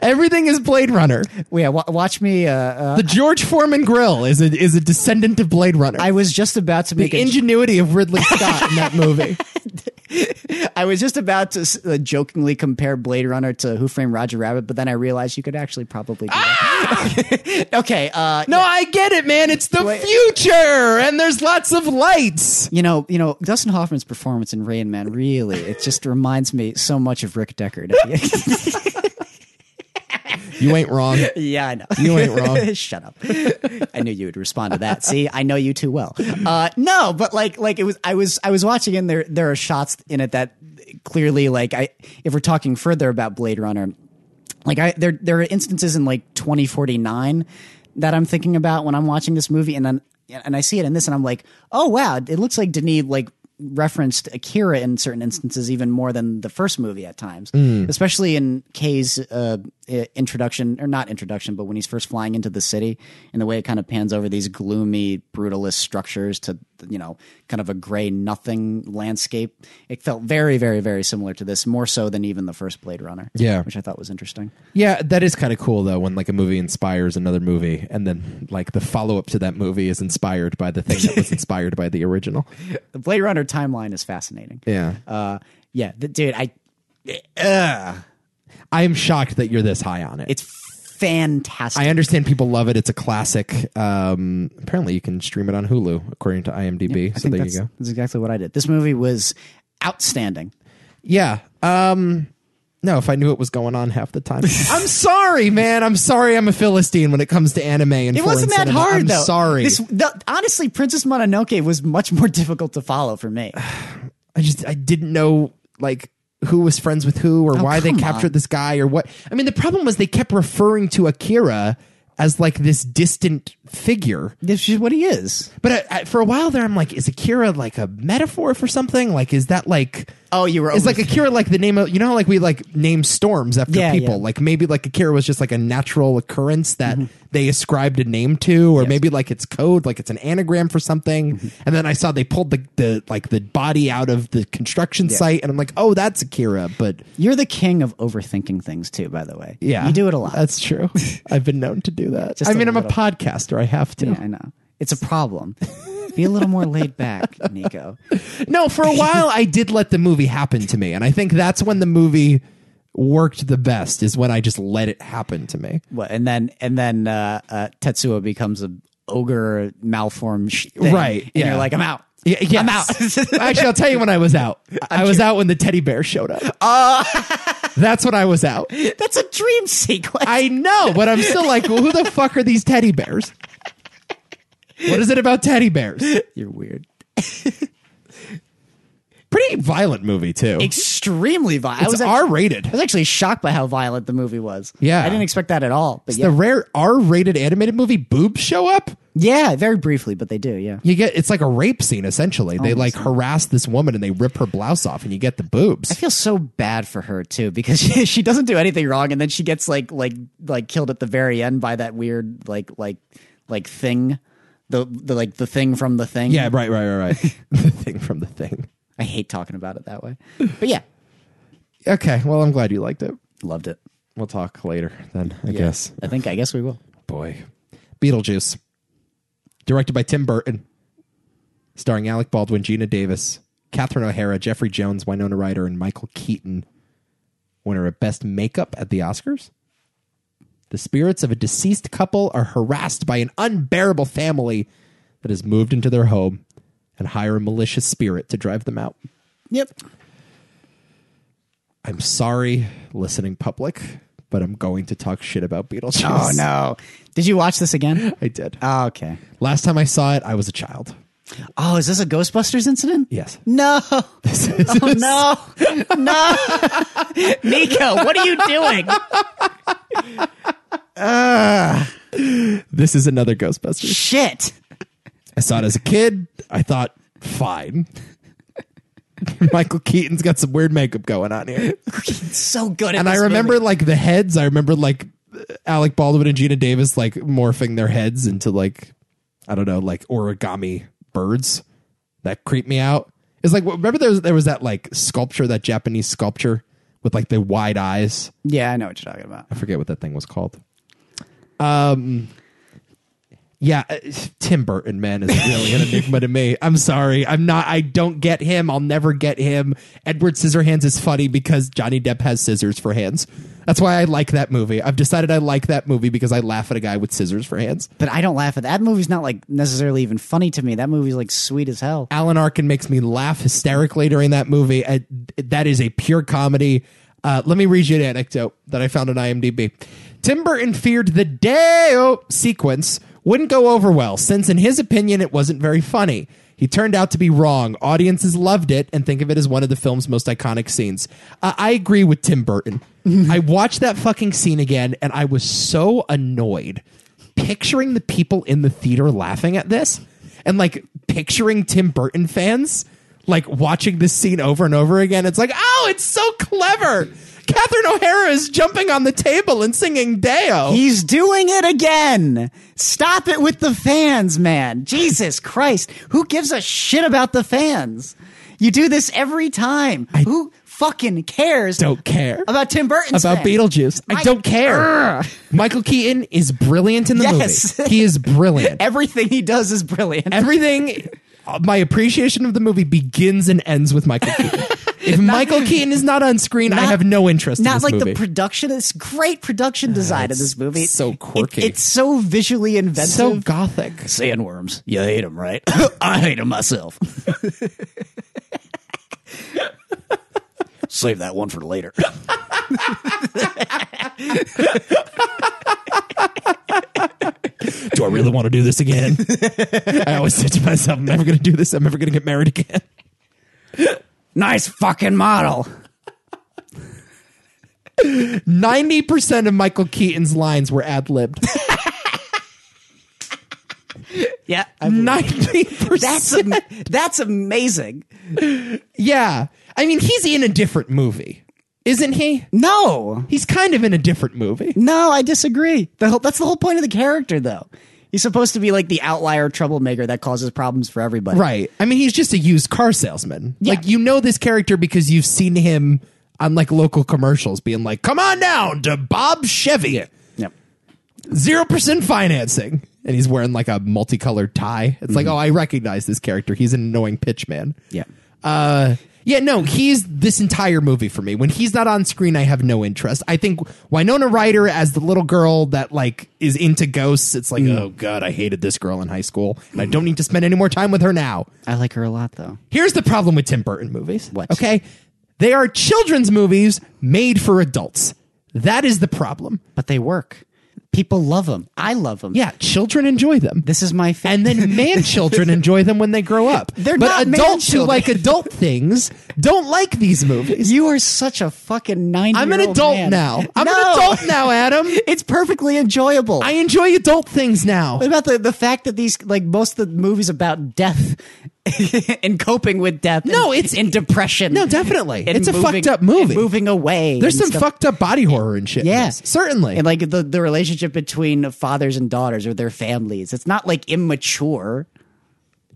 A: Everything is Blade Runner.
B: yeah, wa- watch me. Uh, uh,
A: The George Foreman grill is a is a
B: <laughs>
A: descendant of Blade Runner.
B: I was just about to make
A: the
B: a j- <laughs>
A: ingenuity of Ridley Scott in that movie.
B: I was just about to s- uh, jokingly compare Blade Runner to Who Framed Roger Rabbit, but then I realized you could actually probably. Do that.
A: Ah!
B: <laughs> okay, uh,
A: <laughs> No, I get it, man. It's the future, and there's lots of lights.
B: you know, you know, Dustin Hoffman's performance in Rain Man really
A: <laughs>
B: it just reminds me so much of Rick Deckard.
A: You ain't wrong.
B: <laughs> yeah, I know.
A: You <laughs> ain't wrong.
B: <laughs> Shut up. I knew you would respond to that. See, I know you too well. Uh, no, but like, like it was, I was, I was watching and there, there are shots in it that clearly like I, if we're talking further about Blade Runner, like I, there, there are instances in like 2049 that I'm thinking about when I'm watching this movie and then, and I see it in this and I'm like, oh wow, it looks like Denis like referenced Akira in certain instances even more than the first movie at times, especially in Kay's uh, i- introduction or not introduction, but when he's first flying into the city and the way it kind of pans over these gloomy brutalist structures to you know kind of a gray nothing landscape. It felt very, very, very similar to this, more so than even the first Blade Runner.
A: Yeah.
B: which I thought was interesting.
A: Yeah, that is kind of cool though when like a movie inspires another movie and then like the follow-up to that movie is inspired by the thing that <laughs> was inspired by the original.
B: The Blade Runner timeline is fascinating.
A: Yeah.
B: Uh, yeah, th- dude, I
A: Uh, I am shocked that you're this high on it.
B: it's fantastic.
A: I understand people love it. It's a classic. Um apparently you can stream it on Hulu according to IMDb. so there
B: that's,
A: you go.
B: That's exactly what I did. This movie was outstanding.
A: Yeah. Um no, if I knew it was going on half the
B: <laughs>
A: time. I'm sorry, man. I'm sorry I'm a Philistine when it comes to anime and
B: It wasn't that hard,
A: I'm
B: though.
A: Sorry.
B: This, the, honestly, Princess Mononoke was much more <laughs> difficult to follow for me.
A: I just I didn't know like who was friends with who or why they
B: Oh, come
A: captured this guy or what. I mean, the problem was they kept referring to Akira as like this distant figure.
B: This is what he is.
A: But I, I, for a while there, I'm like, is Akira like a metaphor for something? Like, is that like?
B: Oh, you were
A: Is like
B: over-
A: Akira like the name of you know how like we like name storms after
B: Yeah,
A: people
B: yeah. Mm-hmm.
A: like maybe like Akira was just like a natural occurrence that they ascribed a name to or maybe like it's code like it's an anagram for something
B: Mm-hmm.
A: and then I saw they pulled the the like the body out of the construction site and I'm like oh that's Akira but
B: You're the king of overthinking things too. By the way,
A: yeah
B: you do it a lot.
A: that's
B: <laughs>
A: true I've been known to do that
B: Just
A: I
B: a
A: mean I'm a
B: little.
A: podcaster I have to
B: yeah, I know. It's a problem. Be a little more laid <laughs> back, Nico.
A: No, for a while I did let the movie happen to me, and I think that's when the movie worked the best is when I just let it happen to me.
B: What, and then and then uh, uh, Tetsuo becomes a ogre malformed sh- thing,
A: Right,
B: And
A: yeah.
B: you're like, I'm out.
A: Y- yes.
B: I'm out. <laughs>
A: Actually, I'll tell you when I was out. I was out when the teddy bear showed up.
B: Oh. <laughs>
A: that's when I was out.
B: That's a dream sequence.
A: I know, but I'm still like, well, who the fuck are these teddy bears? What is it about teddy bears?
B: You're weird.
A: Pretty violent movie too. It's
B: Extremely violent. I was actually,
A: R-rated.
B: I was actually shocked by how violent the movie was.
A: Yeah.
B: I didn't expect that at all. But
A: The
B: yeah,
A: rare R-rated animated movie boobs show up.
B: yeah, very briefly, but they do. Yeah,
A: you get it's like a rape scene essentially
B: Oh,
A: they like harass this woman and they rip her blouse off and you get the
B: I
A: boobs
B: feel so bad for her too because <laughs> she, she doesn't do anything wrong, and then she gets like like like killed at the very end by that weird like like like thing, the the like the thing from the thing.
A: yeah right right right
B: <laughs>
A: right the thing from the thing
B: I hate talking about it that way. But yeah,
A: okay well i'm glad you liked it
B: loved it.
A: we'll talk later then i guess
B: I think I guess we will.
A: boy beetlejuice directed by tim burton starring alec baldwin gina davis catherine o'hara jeffrey jones winona ryder and michael keaton winner of best makeup at the oscars The spirits of a deceased couple are harassed by an unbearable family that has moved into their home and hire a malicious spirit to drive them out.
B: Yep.
A: I'm sorry, listening public, but I'm going to talk shit about Beetlejuice.
B: Oh no! Did you watch this again?
A: <laughs> I did.
B: Oh, okay.
A: Last time I saw it, I was a child.
B: Oh, is this a Ghostbusters incident?
A: Yes. <laughs>
B: No. no. <laughs> No. Nico, what are you doing?
A: This is another Ghostbusters.
B: Shit.
A: I saw it as a kid. I thought, fine. <laughs> Michael Keaton's got some weird makeup going on here.
B: It's so good. At
A: and I
B: this
A: remember
B: movie.
A: like the heads. I remember like Alec Baldwin and Gina Davis like morphing their heads into like I don't know like origami birds that creeped me out. It's like remember there was, there was that like sculpture that Japanese sculpture with like the wide eyes.
B: Yeah, I know what you're talking about.
A: I forget what that thing was called. Um, yeah, uh, Tim Burton, man, is really an enigma to me. I'm sorry. I'm not, I don't get him. I'll never get him. Edward Scissorhands is funny because Johnny Depp has scissors for hands. That's why I like that movie. I've decided I like that movie because I laugh at a guy with scissors for hands.
B: But I don't laugh at that. that movie's not like necessarily even funny to me. That movie's like sweet as hell.
A: Alan Arkin makes me laugh hysterically during that movie. I, that is a pure comedy. Uh, let me read you an anecdote that I found on IMDb. Tim Burton feared the Deo sequence wouldn't go over well, since in his opinion it wasn't very funny. He turned out to be wrong. Audiences loved it and think of it as one of the film's most iconic scenes. Uh, I agree with Tim Burton. I watched that fucking scene again and I was so annoyed picturing the people in the theater laughing at this and like picturing Tim Burton fans like watching this scene over and over again. It's like, oh, it's so clever. Catherine O'Hara is jumping on the table and singing Deo.
B: He's doing it again. Stop it with the fans, man. Jesus Christ. Who gives a shit about the fans? You do this every time. Who fucking cares?
A: don't care
B: About Tim Burton's
A: about
B: fans?
A: Beetlejuice. I
B: Mike-
A: don't care.
B: Ugh.
A: Michael Keaton is brilliant in the
B: Yes.
A: movie. He is brilliant.
B: <laughs> Everything he does is brilliant.
A: Everything. My appreciation of the movie begins and ends with Michael
B: <laughs>
A: Keaton. If Michael Keaton is not on screen, I
B: Not-
A: have no interest. in
B: Not
A: this
B: like
A: movie. Ah,
B: the production. It's great production design of this movie.
A: so
B: It-
A: quirky.
B: it's so visually inventive.
A: so gothic.
B: Sandworms. You hate them, right? <laughs> I hate them myself. Save that one for later. <laughs>
A: Do I really want to do this <laughs> again? I always say to myself, I'm never going to do this. I'm never going to get married again.
B: nice fucking model.
A: 90% of Michael Keaton's lines were ad <laughs> libbed.
B: Yeah.
A: 90%.
B: that's
A: <laughs>
B: am- that's amazing.
A: yeah. I mean, he's in a different movie, isn't he?
B: No.
A: He's kind of in a different movie.
B: No, I disagree. The whole, that's the whole point of the character though. He's supposed to be like the outlier troublemaker that causes problems for everybody.
A: Right. I mean, he's just a used car salesman.
B: Yeah.
A: Like, you know this character because you've seen him on like local commercials being like, come on down to Bob Chevy,
B: Yep.
A: 0% financing. And he's wearing like a multicolored tie. It's like, oh, I recognize this character. He's an annoying pitchman.
B: Yep.
A: Uh, yeah, no, he's this entire movie for me. When he's not on screen, I have no interest. I think Winona Ryder as the little girl that like is into ghosts. It's like, oh god, I hated this girl in high school, and I don't need to spend any more time with her now.
B: I like her a lot though.
A: Here's the problem with Tim Burton movies.
B: What?
A: Okay, they are children's movies made for adults. That is the problem.
B: But they work. People love them. I love them.
A: Yeah, children enjoy them.
B: This is my favorite.
A: and
B: <laughs>
A: then man children enjoy them when they grow <laughs> up.
B: They're
A: but
B: not
A: adults who
B: man-children.
A: like adult things don't like these movies.
B: you are such a fucking 90
A: I'm an adult
B: man.
A: now. I'm
B: No.
A: an adult now, Adam.
B: <laughs> It's perfectly enjoyable.
A: I enjoy adult things now.
B: <laughs> What about the, the fact that these like most of the movies about death <laughs> and coping with death?
A: No,
B: and-
A: it's-
B: and depression.
A: No, definitely.
B: and
A: It's a
B: moving-
A: fucked up movie.
B: and moving away.
A: There's
B: and
A: some
B: stuff.
A: fucked up body horror and shit. in
B: Yeah.
A: this. certainly.
B: and like the the relationship between fathers and daughters or their families. It's not like immature.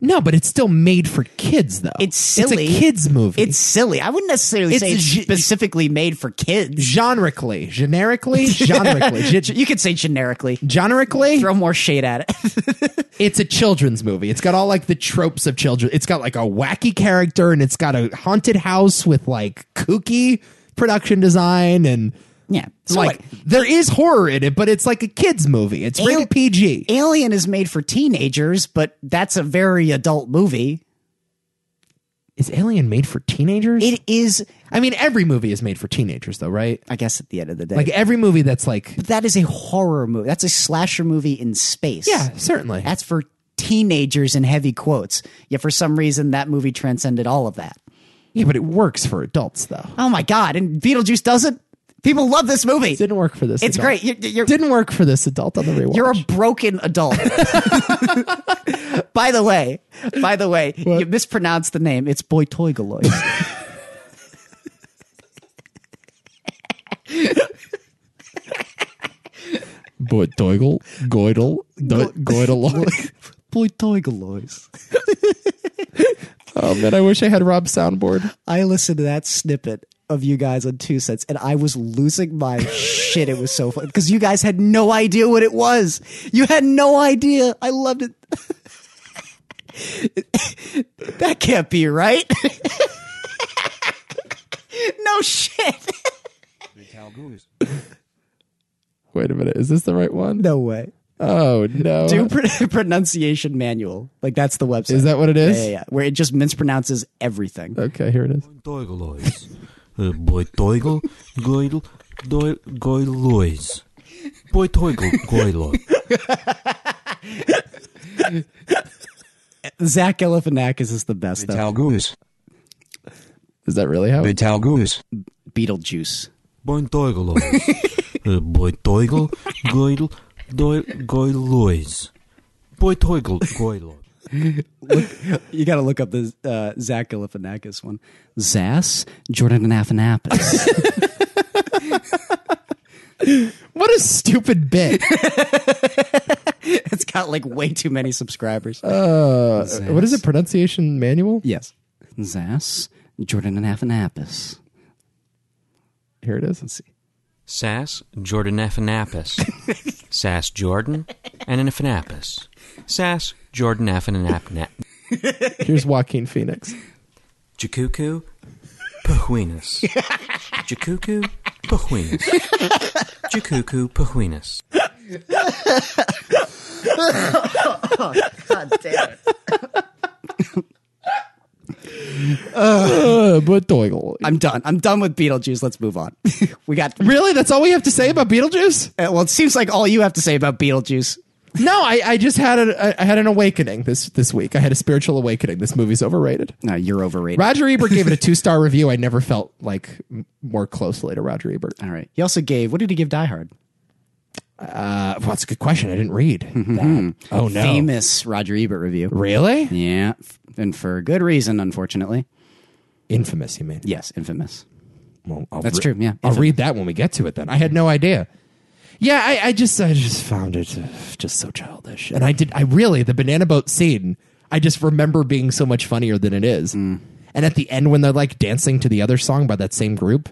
A: no, but it's still made for kids though.
B: It's silly.
A: It's a kids movie.
B: It's silly. I wouldn't necessarily
A: It's
B: say it's
A: ge-
B: specifically made for kids.
A: genrically,
B: <laughs>
A: generically, genrically, ge-
B: You could say generically.
A: generically.
B: Throw more shade at it. <laughs>
A: it's a children's movie. It's got all like the tropes of children. It's got like a wacky character and it's got a haunted house with like kooky production design and
B: yeah. So
A: like, there is horror in it, but it's like a kids movie. It's
B: Ali-
A: rated PG.
B: Alien is made for teenagers, but that's a very adult movie.
A: Is Alien made for teenagers?
B: It is,
A: I mean, every movie is made for teenagers, though, right?
B: I guess, at the end of the day,
A: Like every movie that's like,
B: that is a horror movie. That's a slasher movie in space.
A: yeah, certainly.
B: that's for teenagers in heavy quotes. Yet for some reason, that movie transcended all of that.
A: Yeah, but it works for adults, though.
B: Oh my god! And Beetlejuice doesn't. People love this movie.
A: Didn't work for this.
B: It's
A: adult.
B: great. You're, you're,
A: Didn't work for this adult on the rewatch.
B: you're a broken adult. by the way, by the way, you mispronounced the name. It's Boytoigaloy.
A: boy, doigle, goidel, do-
B: <laughs>
A: goidel.
B: Boytoigaloys.
A: oh man, I wish I had Rob's soundboard.
B: I listened to that snippet of you guys on two sets, and I was losing my shit. It was so fun because you guys had no idea what it was. You had no idea. I loved it. <laughs> that can't be right. <laughs> no shit.
A: Wait a minute. Is this the right one?
B: No way.
A: Oh, no.
B: Do pr- <laughs> pronunciation manual. Like that's the website.
A: Is that what it is?
B: Yeah, yeah, yeah. Where it just mispronounces everything.
A: Okay, here it is.
E: Doigelois. Uh, Boitoigel, goil, doil, goilois. Boitoigel, goilo.
B: Zach Galifianakis is the best. Though.
F: Betelgeuse.
A: Is that really how?
F: Betelgeuse.
B: Beetlejuice.
E: Boitoigelois. Uh, Boitoigel, goil, doil, goilois. Boitoigel, goilo.
B: You got to look up the uh, Zach Galifianakis one. Zas Jordan Galifianakis.
A: What a stupid
B: <laughs>
A: bit.
B: it's got like way too many subscribers.
A: what is it? Pronunciation manual?
B: Uh, yes. Zas Jordan Galifianakis.
A: Here it is. Let's see.
E: Sass Jordanaphanapis. Sass Jordan and an Aphanapis. Sass Jordanaphanapis.
A: Here's Joaquin Phoenix.
E: Jakuku Pahuinus. Jakuku Pahuinus. Jakuku Pahuinus.
A: Uh, but Doigle.
B: I'm done. I'm done with Beetlejuice. Let's move on. <laughs> we got. Uh,
A: Really? That's all we have to say about Beetlejuice?
B: well, it seems like all you have to say about Beetlejuice.
A: No, I, I just had a, I had an awakening this this week. I had a spiritual awakening. This movie's overrated.
B: No, you're overrated.
A: Roger Ebert gave it <laughs> a two star review. I never felt like m- more closely to Roger Ebert.
B: All right. He also gave. What did he give Die Hard?
A: Uh, well, that's a good question. I didn't read. that. Oh no,
B: Famous Roger Ebert review.
A: really?
B: Yeah, f- and for good reason, unfortunately.
A: Infamous, you mean?
B: Yes, infamous.
A: Well, I'll
B: That's
A: re-
B: true, yeah.
A: I'll read that when we get to it. Then I had no idea. Yeah, I, I just I just found it uh, just so childish, and I did I really the banana boat scene. I just remember being so much funnier than it is.
B: Mm.
A: And at the end, when they're like dancing to the other song by that same group,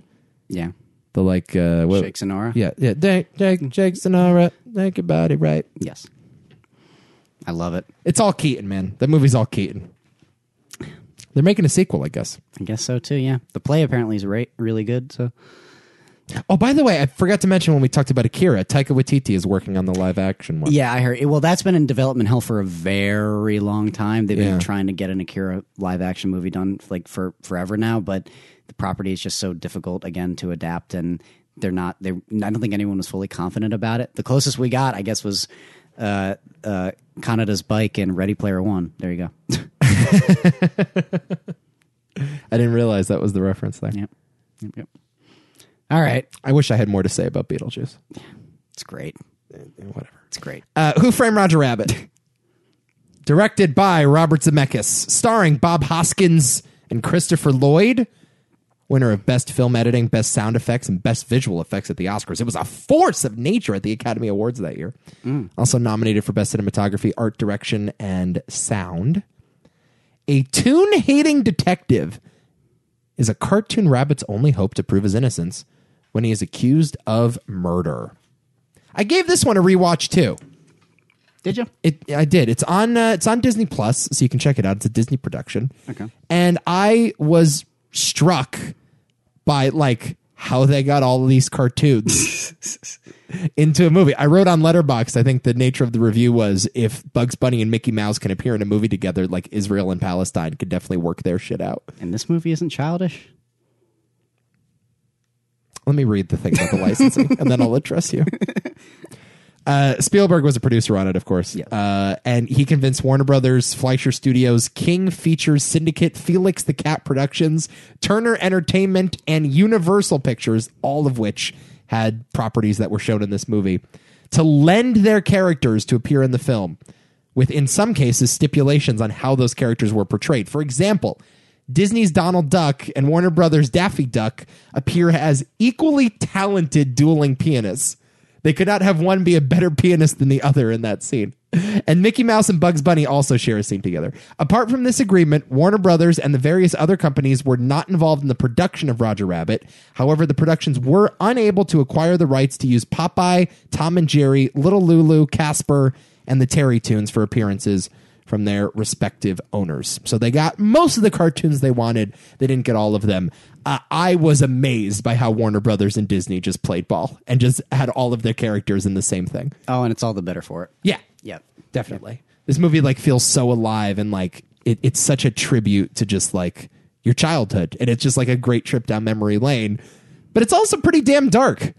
B: Yeah.
A: the like uh, what,
B: Shake Sonora?
A: Yeah, yeah. Jake, Jake, Jake Sonora, thank your body right.
B: Yes. I love it.
A: It's all Keaton, man. That movie's all Keaton. They're making a sequel, I guess.
B: I guess so too. Yeah, the play apparently is re- really good. So
A: Oh, by the way, I forgot to mention when we talked about Akira, Taika Waititi is working on the live action one.
B: yeah, I heard. Well, that's been in development hell for a very long time. They've
A: Yeah.
B: been trying to get an Akira live action movie done like for forever now, but the property is just so difficult again to adapt, and they're not. They I don't think anyone was fully confident about it. The closest we got, I guess, was uh, uh, Kanada's bike in Ready Player One. There you go. <laughs>
A: I didn't realize that was the reference there.
B: yep. Yep. Yep. All right,
A: I wish I had more to say about Beetlejuice.
B: it's great.
A: Eh, Whatever.
B: It's great.
A: Uh, Who Framed Roger Rabbit? Directed by Robert Zemeckis, starring Bob Hoskins and Christopher Lloyd. Winner of Best Film Editing, Best Sound Effects, and Best Visual Effects at the Oscars. It was a force of nature at the Academy Awards that year. Also nominated for Best Cinematography, Art Direction, and Sound. A tune hating detective is a cartoon rabbit's only hope to prove his innocence when he is accused of murder. I gave this one a rewatch too.
B: Did you?
A: It, I did. It's on. Uh, it's on Disney Plus, so you can check it out. It's a Disney production.
B: Okay.
A: And I was struck by like how they got all of these cartoons into a movie. I wrote on Letterboxd, I think the nature of the review was if Bugs Bunny and Mickey Mouse can appear in a movie together, like Israel and Palestine could definitely work their shit out.
B: And this movie isn't childish.
A: Let me read the thing about the licensing, and then I'll address you. Uh, Spielberg was a producer on it, of course, uh, and he convinced Warner Brothers, Fleischer Studios, King Features Syndicate, Felix the Cat Productions, Turner Entertainment, and Universal Pictures, all of which had properties that were shown in this movie, to lend their characters to appear in the film, with in some cases stipulations on how those characters were portrayed. For example, Disney's Donald Duck and Warner Brothers' Daffy Duck appear as equally talented dueling pianists. They could not have one be a better pianist than the other in that scene. And Mickey Mouse and Bugs Bunny also share a scene together. Apart from this agreement, Warner Brothers and the various other companies were not involved in the production of Roger Rabbit. However, the productions were unable to acquire the rights to use Popeye, Tom and Jerry, Little Lulu, Casper, and the Terry Tunes for appearances from their respective owners. So they got most of the cartoons they wanted. They didn't get all of them. Uh, I was amazed by how Warner Brothers and Disney just played ball and just had all of their characters in the same thing.
B: Oh, and it's all the better for it.
A: Yeah.
B: Yep.
A: Definitely. This movie like feels so alive and like it, it's such a tribute to just like your childhood. And it's just like a great trip down memory lane. But it's also pretty damn dark.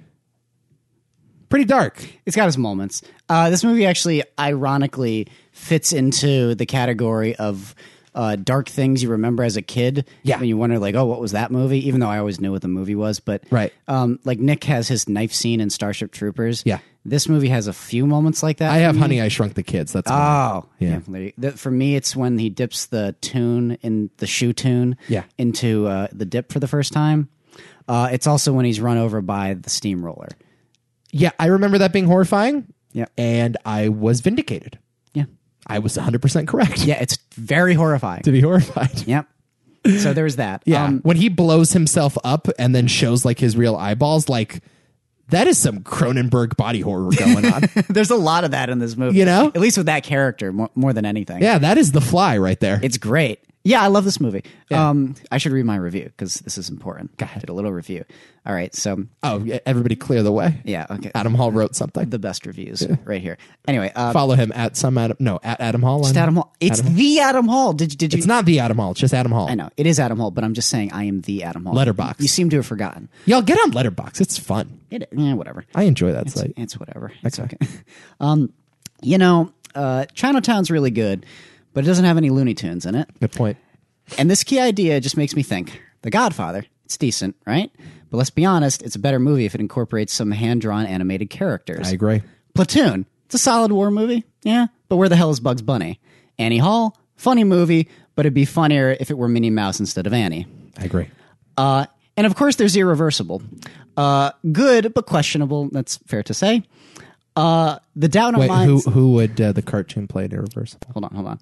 A: Pretty dark.
B: It's got its moments. Uh, this movie actually, ironically, fits into the category of uh, dark things you remember as a kid.
A: Yeah.
B: And you wonder, like, oh, what was that movie? Even though I always knew what the movie was. But,
A: Right.
B: Um, like, Nick has his knife scene in Starship Troopers.
A: Yeah.
B: This movie has a few moments like that.
A: I have
B: for me.
A: Honey I Shrunk the Kids. That's one.
B: Oh,
A: Yeah.
B: yeah. That- for me, it's when he dips the tune in the shoe tune
A: Yeah.
B: into uh, the dip for the first time. Uh, it's also when he's run over by the steamroller.
A: Yeah, I remember that being horrifying.
B: Yeah.
A: And I was vindicated.
B: Yeah.
A: I was 100% correct.
B: Yeah, it's very
A: <laughs>
B: horrifying.
A: To be horrified.
B: Yep. So there's that.
A: Yeah.
B: Um,
A: when he blows himself up and then shows like his real eyeballs, like that is some Cronenberg body horror
B: <laughs>
A: going on.
B: <laughs> there's a lot of that in this movie.
A: You know?
B: At least with that character more, more than anything.
A: yeah, that is the fly right there.
B: It's great. Yeah, I love this movie. Um, I should read my review because this is important. God. Did a little review. All right. So,
A: oh, yeah, everybody clear the way.
B: yeah, okay.
A: Adam Hall wrote something.
B: the best reviews right here. Anyway, uh,
A: Follow him at some Adam. No, at Adam Hall.
B: It's Adam Hall. It's the Adam Hall. Did you- did you?
A: It's not the Adam Hall. It's just Adam Hall.
B: I know it is Adam Hall, but I'm just saying I am the Adam Hall.
A: Letterboxd.
B: You seem to have forgotten.
A: Y'all get on Letterbox. It's fun.
B: It, yeah, whatever.
A: I enjoy that
B: It's,
A: site.
B: it's whatever. It's okay. <laughs> um, you know, uh, Chinatown's really good, but it doesn't have any Looney Tunes in it.
A: Good point.
B: And this key idea just makes me think The Godfather, it's decent, right? But let's be honest, it's a better movie if it incorporates some hand drawn animated characters.
A: I agree.
B: Platoon, it's a solid war movie, yeah, but where the hell is Bugs Bunny? Annie Hall, funny movie, but it'd be funnier if it were Minnie Mouse instead of Annie.
A: I agree.
B: Uh, and of course, there's Irreversible. Uh, good, but questionable, that's fair to say. Uh, the Down
A: Wait,
B: of
A: who
B: Minds.
A: who would uh, the cartoon play in Irreversible?
B: hold on, hold on.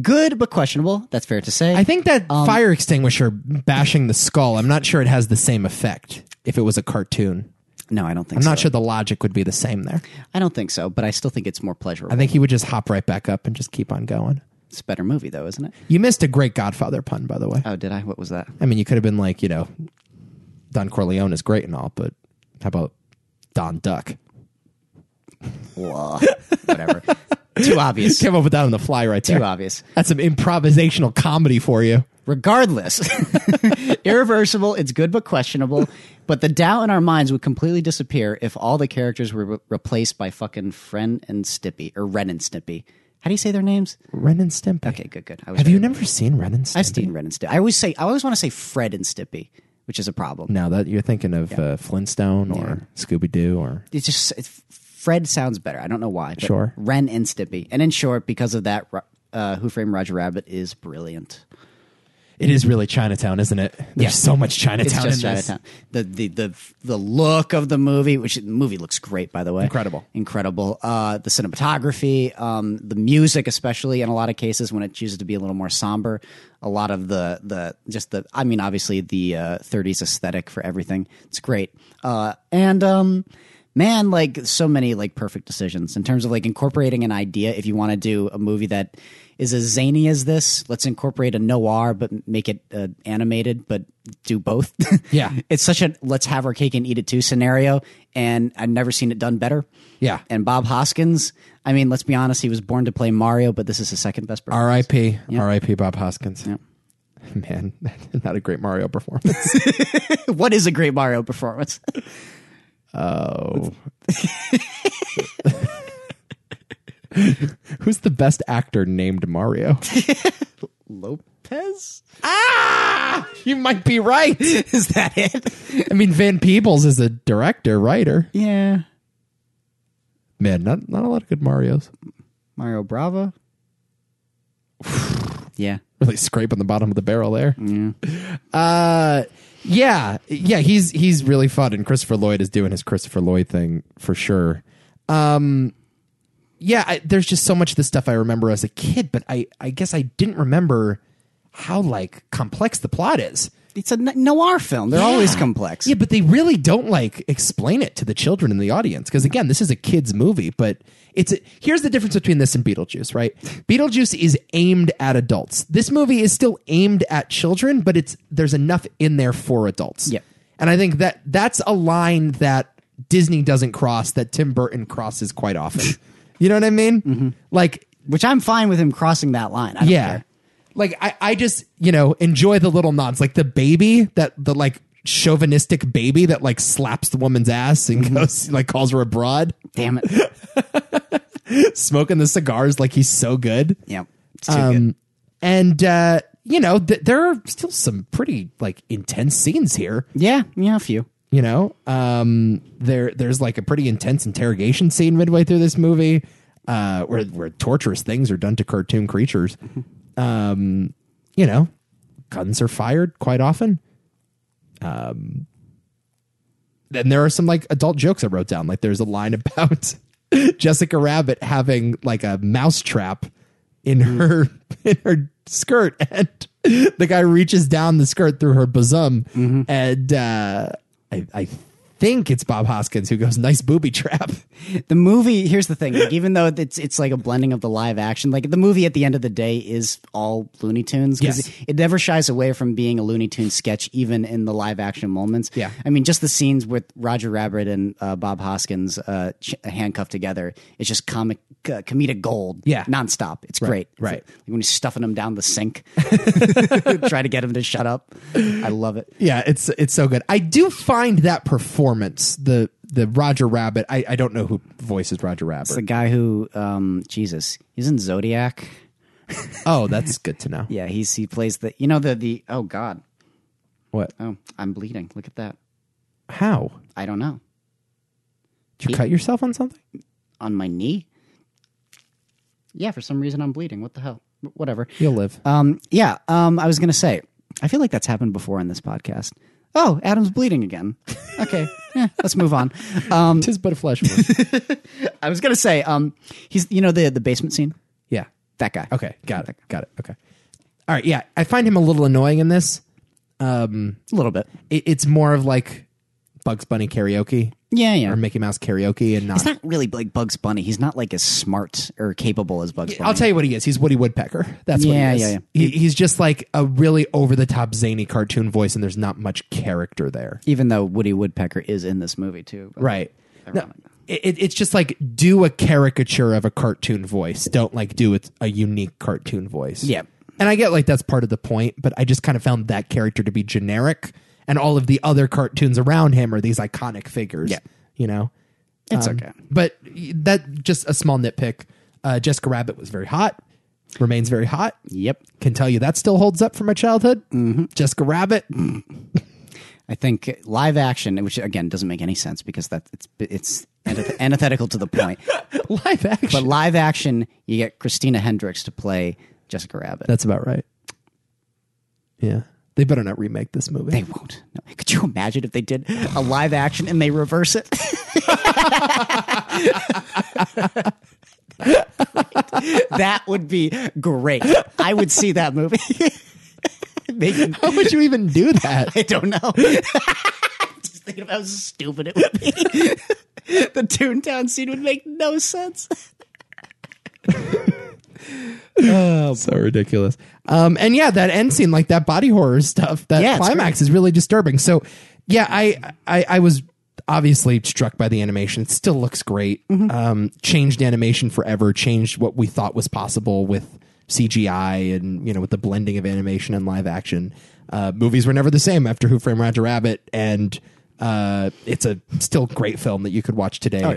B: Good, but questionable, that's fair to say.
A: I think that
B: Um,
A: fire extinguisher bashing the skull. I'm not sure it has the same effect if it was a cartoon.
B: No, I don't think
A: I'm
B: so.
A: not sure the logic would be the same there.
B: I don't think so, but I still think it's more pleasurable.
A: I think he would just hop right back up and just keep on going.
B: it's a better movie, though, isn't it?
A: You missed a great Godfather pun, by the way.
B: Oh, did I? What was that?
A: I mean, you could have been like, you know, Don Corleone is great and all, but how about Don Duck?
B: Blah.
A: <laughs>
B: Whatever. Too obvious. Too
A: Came up with that on the fly right there.
B: obvious.
A: That's some improvisational comedy for you.
B: Regardless, <laughs> irreversible. It's good but questionable. But the doubt in our minds would completely disappear if all the characters were re- replaced by fucking Fren and Stippy or Ren and Snippy. How do you say their names?
A: Ren and Stimpy.
B: Okay, good, good. I was
A: Have
B: right.
A: you never seen Ren and Stimpy?
B: I've seen Ren and Stippy. I always say I always want to say Fred and Stippy, which is a problem.
A: Now that you're thinking of uh, Flintstone or Scooby Doo or
B: It's just it's, Fred sounds better. I don't know why. But
A: Sure.
B: Ren and Stippy, and in short, because of that, Ru- uh, Who Framed Roger Rabbit is brilliant.
A: it is really Chinatown, isn't it? There's so much
B: It's
A: Chinatown
B: just
A: in this.
B: Chinatown. The, the the the look of the movie, which the movie looks great by the way,
A: Incredible.
B: incredible. Uh, the cinematography, um, the music, especially in a lot of cases when it chooses to be a little more somber. A lot of the the just the I mean obviously the uh, 30s aesthetic for everything. It's great. Uh, and um, man, like so many like perfect decisions in terms of like incorporating an idea. If you want to do a movie that is as zany as this, let's incorporate a noir but make it uh, animated, but do both. <laughs>
A: Yeah.
B: it's such a let's have our cake and eat it too scenario, and I've never seen it done better.
A: Yeah.
B: and Bob Hoskins. I mean, let's be honest, he was born to play Mario, but this is his second best performance.
A: R.I.P. R.I.P. Bob Hoskins. <laughs> Man, <laughs> not a great Mario performance. <laughs>
B: <laughs> What is a great Mario performance?
A: Who's the best actor named Mario? <laughs>
B: Lopez?
A: you might be <laughs> right.
B: Is that it?
A: I mean, Van Peebles is a director, writer.
B: yeah,
A: Man, not not a lot of good Mario's.
B: Mario Bravo. <sighs> yeah,
A: really <laughs> scraping the bottom of the barrel there. Uh, yeah, yeah, he's he's really fun, and Christopher Lloyd is doing his Christopher Lloyd thing for sure. Um, yeah, I, there's just so much of this stuff I remember as a kid, but I I guess I didn't remember how like complex the plot is.
B: It's a n- noir film. They're always complex.
A: Yeah, but they really don't like explain it to the children in the audience because again, this is a kids movie, but it's a, here's the difference between this and Beetlejuice, right? Beetlejuice is aimed at adults. This movie is still aimed at children, but it's there's enough in there for adults.
B: Yep.
A: And I think that that's a line that Disney doesn't cross that Tim Burton crosses quite
B: <laughs>
A: often. you know what I mean?
B: Mm-hmm.
A: Like
B: Which I'm fine with him crossing that line. I don't
A: yeah.
B: care.
A: Like I, I just, you know, enjoy the little nods. Like the baby that the like chauvinistic baby that like slaps the woman's ass and goes <laughs> like calls her abroad,
B: Damn
A: <laughs>
B: it.
A: smoking the cigars like he's so good.
B: yeah. It's too good.
A: Um, and uh, you know, th- there are still some pretty like intense scenes here.
B: Yeah. Yeah. A few.
A: you know um there there's like a pretty intense interrogation scene midway through this movie uh where where torturous things are done to cartoon creatures um you know guns are fired quite often um then there are some like adult jokes i wrote down like there's a line <laughs> about jessica rabbit having like a mouse trap in her <laughs> in her skirt <laughs> and the guy reaches down the skirt through her bosom and uh I, I think it's Bob Hoskins who goes, "Nice booby trap."
B: The movie, here's the thing. Like, even though it's it's like a blending of the live action, like the movie at the end of the day is all Looney Tunes
A: Yes.
B: it, it never shies away from being a Looney Tunes sketch, even in the live action moments.
A: Yeah.
B: I mean, just the scenes with Roger Rabbit and uh, Bob Hoskins uh, ch- handcuffed together. It's just comic uh, comedic gold.
A: Yeah.
B: nonstop. It's great. It's
A: right.
B: like when you're stuffing him down
A: <laughs>
B: the sink, <laughs> try to get him to shut up. I love it.
A: <laughs> Yeah, it's it's so good. I do find that performance the the Roger Rabbit. I, I don't know who voices Roger Rabbit.
B: It's the guy who, um, Jesus, he's in Zodiac.
A: oh, that's good to <laughs> know.
B: Yeah, he's he plays the you know the the oh god
A: What?
B: oh I'm bleeding look at that
A: How
B: I don't know
A: did you cut yourself on something?
B: on my knee. Yeah, for some reason I'm bleeding. What the hell? Wh- Whatever.
A: You'll live.
B: Um, yeah. Um, I was gonna say I feel like that's happened before in this podcast. Oh, Adam's bleeding again. <laughs> Okay, eh, let's move on. Um,
A: Tis but a flesh <laughs> wound.
B: I was gonna say um, he's you know the the basement scene
A: yeah.
B: that guy.
A: Okay. Got it. Got it. Okay. All right. Yeah, I find him a little annoying in this.
B: a little bit.
A: It, it's more of like Bugs Bunny karaoke
B: Yeah, yeah.
A: or Mickey Mouse karaoke, and not.
B: He's not really like Bugs Bunny. He's not like as smart or capable as Bugs Bunny.
A: I'll tell you what he is. He's Woody Woodpecker. That's what
B: Yeah,
A: he is.
B: yeah, yeah.
A: He, he's just like a really over the top zany cartoon voice, and there's not much character there.
B: even though Woody Woodpecker is in this movie too. but-
A: Right. No, it, it- it's just like do a caricature of a cartoon voice. Don't like do it a unique cartoon voice.
B: Yeah.
A: And I get like that's part of the point, but I just kind of found that character to be generic, and all of the other cartoons around him are these iconic figures.
B: Yeah.
A: You know.
B: It's
A: Um,
B: okay.
A: But that just a small nitpick. Uh, Jessica Rabbit was very hot, remains very hot.
B: Yep.
A: Can tell you that still holds up from my childhood. Mm-hmm. Jessica Rabbit.
B: I think live action, which again doesn't make any sense because that it's it's antith- <laughs> antithetical to the point.
A: <laughs> Live action.
B: But live action, you get Christina Hendricks to play Jessica Rabbit.
A: That's about right. Yeah. They better not remake this movie.
B: they won't. No. Could you imagine if they did a live action and they reverse it? <laughs> that would be great. I would see that movie. <laughs> Making
A: How would you even do that?
B: <laughs> I don't know. Just thinking about how stupid it would be. <laughs> the Toontown scene would make no sense.
A: so ridiculous. Um, and yeah, that end scene, like that body horror stuff, that
B: Yeah, it's
A: climax is really disturbing. So yeah, I, I, I was obviously struck by the animation. It still looks great.
B: Mm-hmm.
A: Um, changed animation forever, changed what we thought was possible with CGI and, you know, with the blending of animation and live action. Uh, movies were never the same after Who Framed Roger Rabbit. And, uh, it's a still great film that you could watch today.
B: Oh,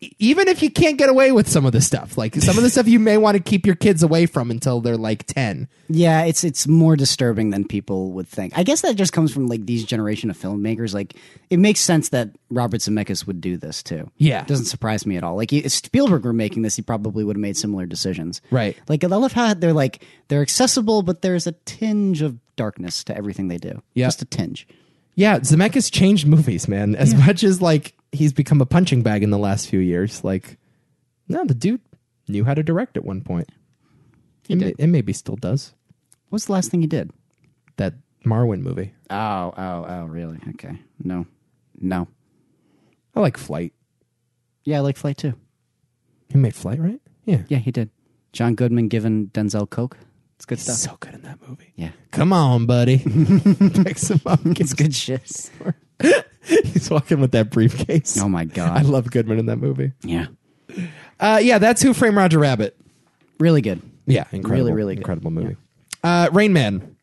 B: yeah.
A: even if you can't get away with some of the stuff, like some of the stuff you may want to keep your kids away from until they're like 10.
B: Yeah, it's it's more disturbing than people would think. I guess that just comes from like these generation of filmmakers. Like it makes sense that Robert Zemeckis would do this too.
A: Yeah.
B: it doesn't surprise me at all. Like if Spielberg were making this, he probably would have made similar decisions.
A: Right.
B: Like I love how they're like they're accessible, but there's a tinge of darkness to everything they do.
A: Yeah.
B: just a tinge.
A: Yeah, Zemeckis changed movies, man. As much as like he's become a punching bag in the last few years, like no, the dude knew how to direct at one point. It, may, it maybe still does.
B: What's the last thing he did?
A: That Marwin movie.
B: Oh, oh, oh, really? Okay, no, no.
A: I like Flight.
B: Yeah, I like Flight too.
A: He made Flight, right? Yeah.
B: Yeah, he did. John Goodman giving Denzel Coke. It's good stuff.
A: So good in that movie.
B: yeah,
A: Come on, buddy. <laughs> Picks him up.
B: <laughs> it's good shit.
A: <laughs> He's walking with that briefcase.
B: Oh my
A: I
B: god.
A: love Goodman in that movie.
B: Yeah.
A: Uh, yeah, that's Who Framed Roger Rabbit.
B: Really good.
A: Yeah, incredible,
B: Really, really good.
A: incredible movie. Uh, Rain Man,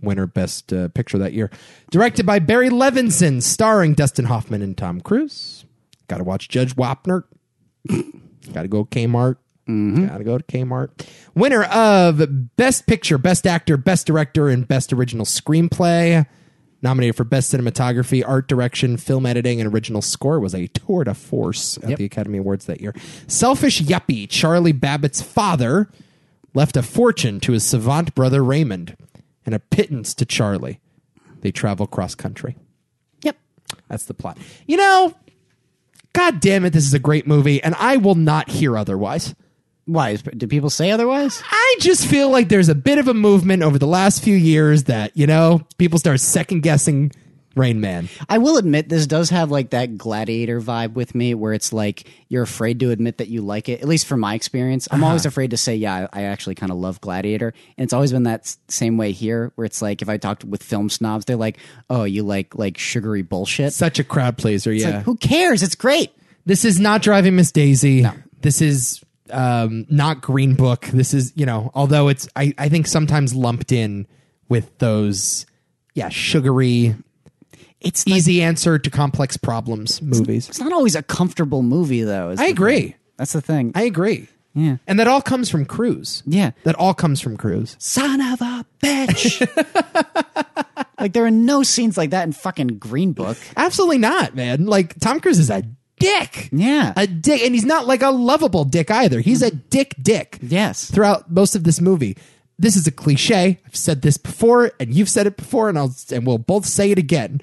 A: winner best uh, picture that year, directed by Barry Levinson, starring Dustin Hoffman and Tom Cruise. Got to watch Judge Wapner. Got to go Kmart.
B: Mm-hmm.
A: Got to go to Kmart. Winner of best picture, best actor, best director, and best original screenplay. Nominated for best cinematography, art direction, film editing, and original score was a tour de force at
B: Yep.
A: the Academy Awards that year. Selfish yuppie Charlie Babbitt's father left a fortune to his savant brother Raymond and a pittance to Charlie. They travel cross country.
B: Yep.
A: That's the plot. You know, god damn it, this is a great movie, and I will not hear otherwise.
B: Why? Is, did people say <laughs> otherwise?
A: I just feel like there's a bit of a movement over the last few years that, you know, people start second guessing Rain Man.
B: I will admit this does have like that gladiator vibe with me where it's like you're afraid to admit that you like it. At least from my experience, I'm always afraid to say, yeah, I I actually kind of love Gladiator. And it's always been that s- same way here where it's like if I talked with film snobs, they're like, oh, you like like sugary bullshit.
A: Such a crowd pleaser,
B: It's
A: yeah.
B: like, who cares? It's great.
A: this is not driving miss daisy this is um not green book this is you know although it's i i think sometimes lumped in with those yeah sugary
B: It's like,
A: easy answer to complex problems movies
B: it's not always a comfortable movie though. is
A: i
B: the
A: agree
B: thing. That's the thing.
A: i agree
B: yeah.
A: and that all comes from cruise
B: Yeah.
A: that all comes from cruise
B: son of a bitch. <laughs> like there are no scenes like that in fucking Green Book.
A: absolutely not man like tom cruise is a dick
B: Yeah.
A: a dick and he's not like a lovable dick either he's a dick dick
B: yes.
A: throughout most of this movie. This is a cliche. I've said this before, and you've said it before, and I'll and we'll both say it again.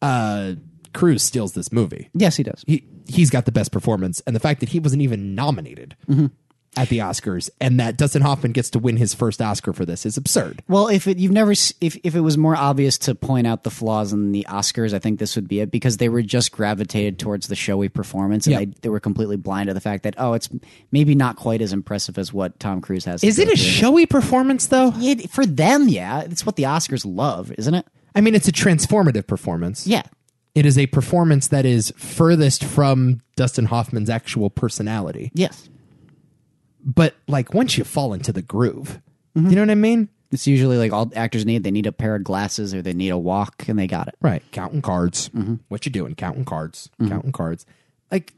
A: Uh, Cruz steals this movie.
B: Yes, he does.
A: He he's got the best performance, and the fact that he wasn't even nominated
B: Mm-hmm.
A: at the Oscars, and that Dustin Hoffman gets to win his first Oscar for this is absurd.
B: Well, if it, you've never, s- if if it was more obvious to point out the flaws in the Oscars, I think this would be it because they were just gravitated towards the showy performance, and
A: Yeah.
B: they, they were completely blind to the fact that oh, it's maybe not quite as impressive as what Tom Cruise has. to
A: Is it
B: go
A: a
B: through.
A: showy performance though?
B: It- for them? Yeah, it's what the Oscars love, isn't it?
A: I mean, it's a transformative performance.
B: Yeah,
A: It is a performance that is furthest from Dustin Hoffman's actual personality.
B: yes.
A: But like once you fall into the groove, you know what I mean?
B: It's usually like all actors need. They need a pair of glasses or they need a walk, and they got it.
A: Right. Mm-hmm. Counting cards. What you doing? Counting cards. Counting cards. Like,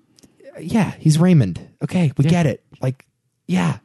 A: yeah, he's Raymond. Okay, we get it. Like, yeah,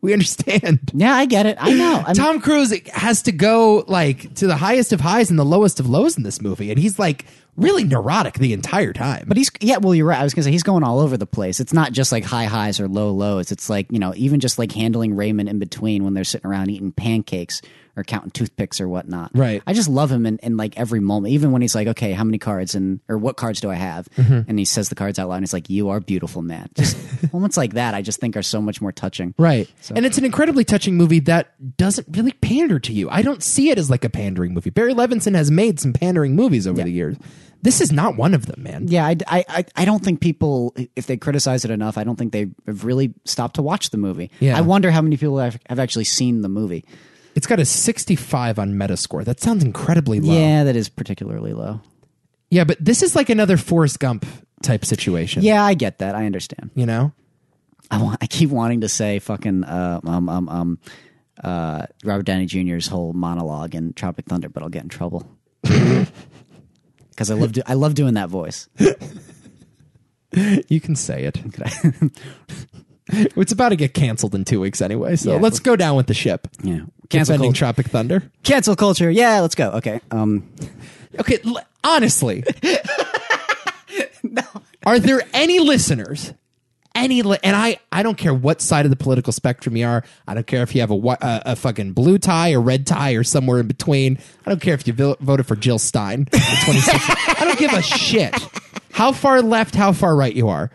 A: we understand.
B: Yeah, I get it. I know. I'm,
A: Tom Cruise has to go like to the highest of highs and the lowest of lows in this movie, and he's like really neurotic the entire time.
B: But he's yeah. Well, you're right. I was gonna say he's going all over the place. It's not just like high highs or low lows. It's like you know, even just like handling Raymond in between when they're sitting around eating pancakes or counting toothpicks or whatnot.
A: Right.
B: I just love him in, in like every moment, even when he's like, okay, how many cards and or what cards do I have?
A: Mm-hmm.
B: And he says the cards out loud. and He's like, you are beautiful, man.
A: <laughs>
B: Just moments like that, I just think are so much more touching.
A: Right. And it's an incredibly touching movie that doesn't really pander to you. I don't see it as like a pandering movie. Barry Levinson has made some pandering movies over the years. This is not one of them, man.
B: Yeah, I, I, I- I don't think people, if they criticize it enough, I don't think they have really stopped to watch the movie.
A: Yeah.
B: I wonder how many people have, have actually seen the movie.
A: It's got a 65 on Metascore. That sounds incredibly low.
B: Yeah, that is particularly low.
A: Yeah, but this is like another Forrest Gump type situation.
B: Yeah, I get that. I understand.
A: You know?
B: I want. I keep wanting to say fucking uh, um um um uh Robert Downey Jr.'s whole monologue in Tropic Thunder, but I'll get in <laughs> trouble because I love do- I love doing that voice.
A: You can say it. <laughs> it's about to get canceled in two weeks anyway, so
B: Yeah.
A: let's go down with the ship.
B: Yeah. Cancel
A: Defending
B: culture.
A: Tropic Thunder.
B: Cancel culture. Yeah, let's go. Okay. Um,
A: Okay, l- honestly. Are there any listeners? Any li- and I I don't care what side of the political spectrum you are. I don't care if you have a whi- uh, a fucking blue tie or red tie or somewhere in between. I don't care if you vil- voted for Jill Stein. in 2016. I don't give a shit how far left, how far right you are.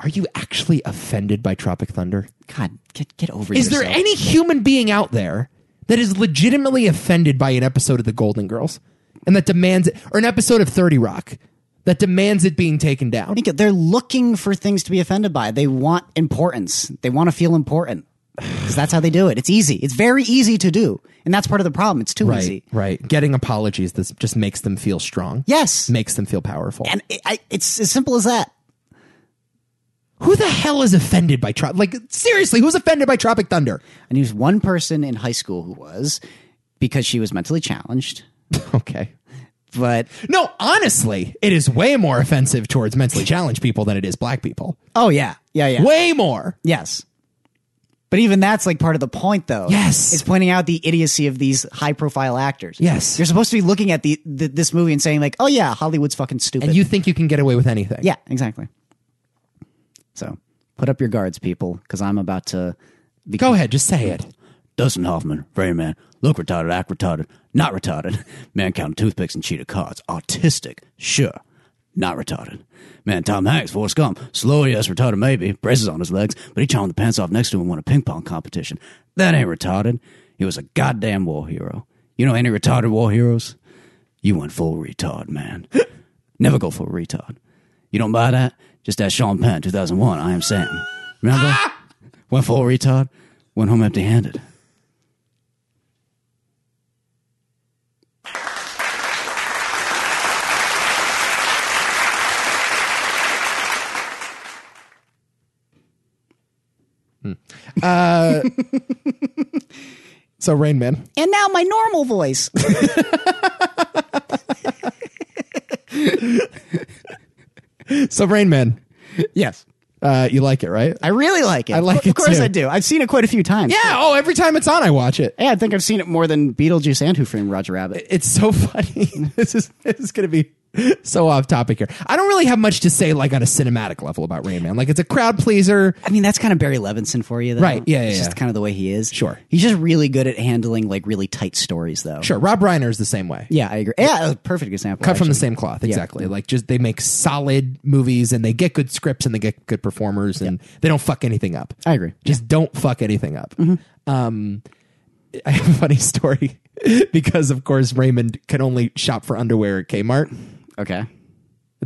A: Are you actually offended by Tropic Thunder?
B: God, get get over
A: Is there
B: yourself.
A: any human being out there that is legitimately offended by an episode of The Golden Girls and that demands it, or an episode of 30 Rock that demands it being taken down?
B: Think it- They're looking for things to be offended by. They want importance. They want to feel important. <sighs> Because that's how they do it. It's easy. It's very easy to do. And that's part of the problem. It's too easy.
A: Right, right. Getting apologies this just makes them feel strong.
B: Yes.
A: Makes them feel powerful.
B: And it, I, it's as simple as that.
A: who the hell is offended by Tropic? Like seriously, who's offended by Tropic Thunder?
B: I knew one person in high school who was because she was mentally challenged.
A: Okay.
B: But
A: No, honestly, it is way more offensive towards mentally challenged people than it is black people.
B: oh yeah, yeah, yeah,
A: Way more.
B: yes. But even that's like part of the point, though.
A: Yes.
B: it's pointing out the idiocy of these high-profile actors.
A: Yes.
B: you're supposed to be looking at the, the this movie and saying like, "Oh yeah, Hollywood's fucking stupid."
A: And you think you can get away with anything?
B: yeah, exactly. So put up your guards, people, because I'm about to. Be-
A: Go ahead, just say it.
B: Dustin Hoffman, Rain Man, look retarded, act retarded, not retarded. Man counting toothpicks and cheetah cards, autistic, sure, not retarded. Man, Tom Hanks, Forrest Gump, slow yes, retarded maybe, braces on his legs, but he charmed the pants off next to him and won a ping pong competition. That ain't retarded. He was a goddamn war hero. You know any retarded war heroes? You went full retard, man. <laughs> Never go full retard. You don't buy that? Just ask Sean Penn, 2001, I Am Sam. Remember? went full retard, went home empty handed.
A: So Rain Man.
B: And now my normal voice.
A: So Rain Man,
B: yes.
A: uh, you like it, right?
B: I really like it.
A: <laughs> I like
B: <laughs> of
A: it
B: course
A: too.
B: I do. I've seen it quite a few times.
A: Yeah. Oh, every time it's on, I watch it.
B: Yeah, I think I've seen it more than Beetlejuice and Who Framed Roger Rabbit.
A: It's so <laughs> funny. this is this is gonna be so off topic here. I don't really have much to say like on a cinematic level about Rain Man. Like it's a crowd pleaser.
B: I mean, that's kind of Barry Levinson for you, though.
A: Right, yeah, yeah,
B: It's
A: yeah.
B: just kind of the way he is.
A: Sure.
B: He's just really good at handling like really tight stories, though.
A: Sure, Rob Reiner is the same way.
B: Yeah, I agree. Yeah, a perfect example.
A: Cut from the
B: actually.
A: same cloth, exactly. Like just they make solid movies and they get good scripts and they get good performers and they don't fuck anything up.
B: I agree.
A: Just don't fuck anything up. Um, I have a funny <laughs> story because of course Raymond can only shop for underwear at Kmart.
B: Okay.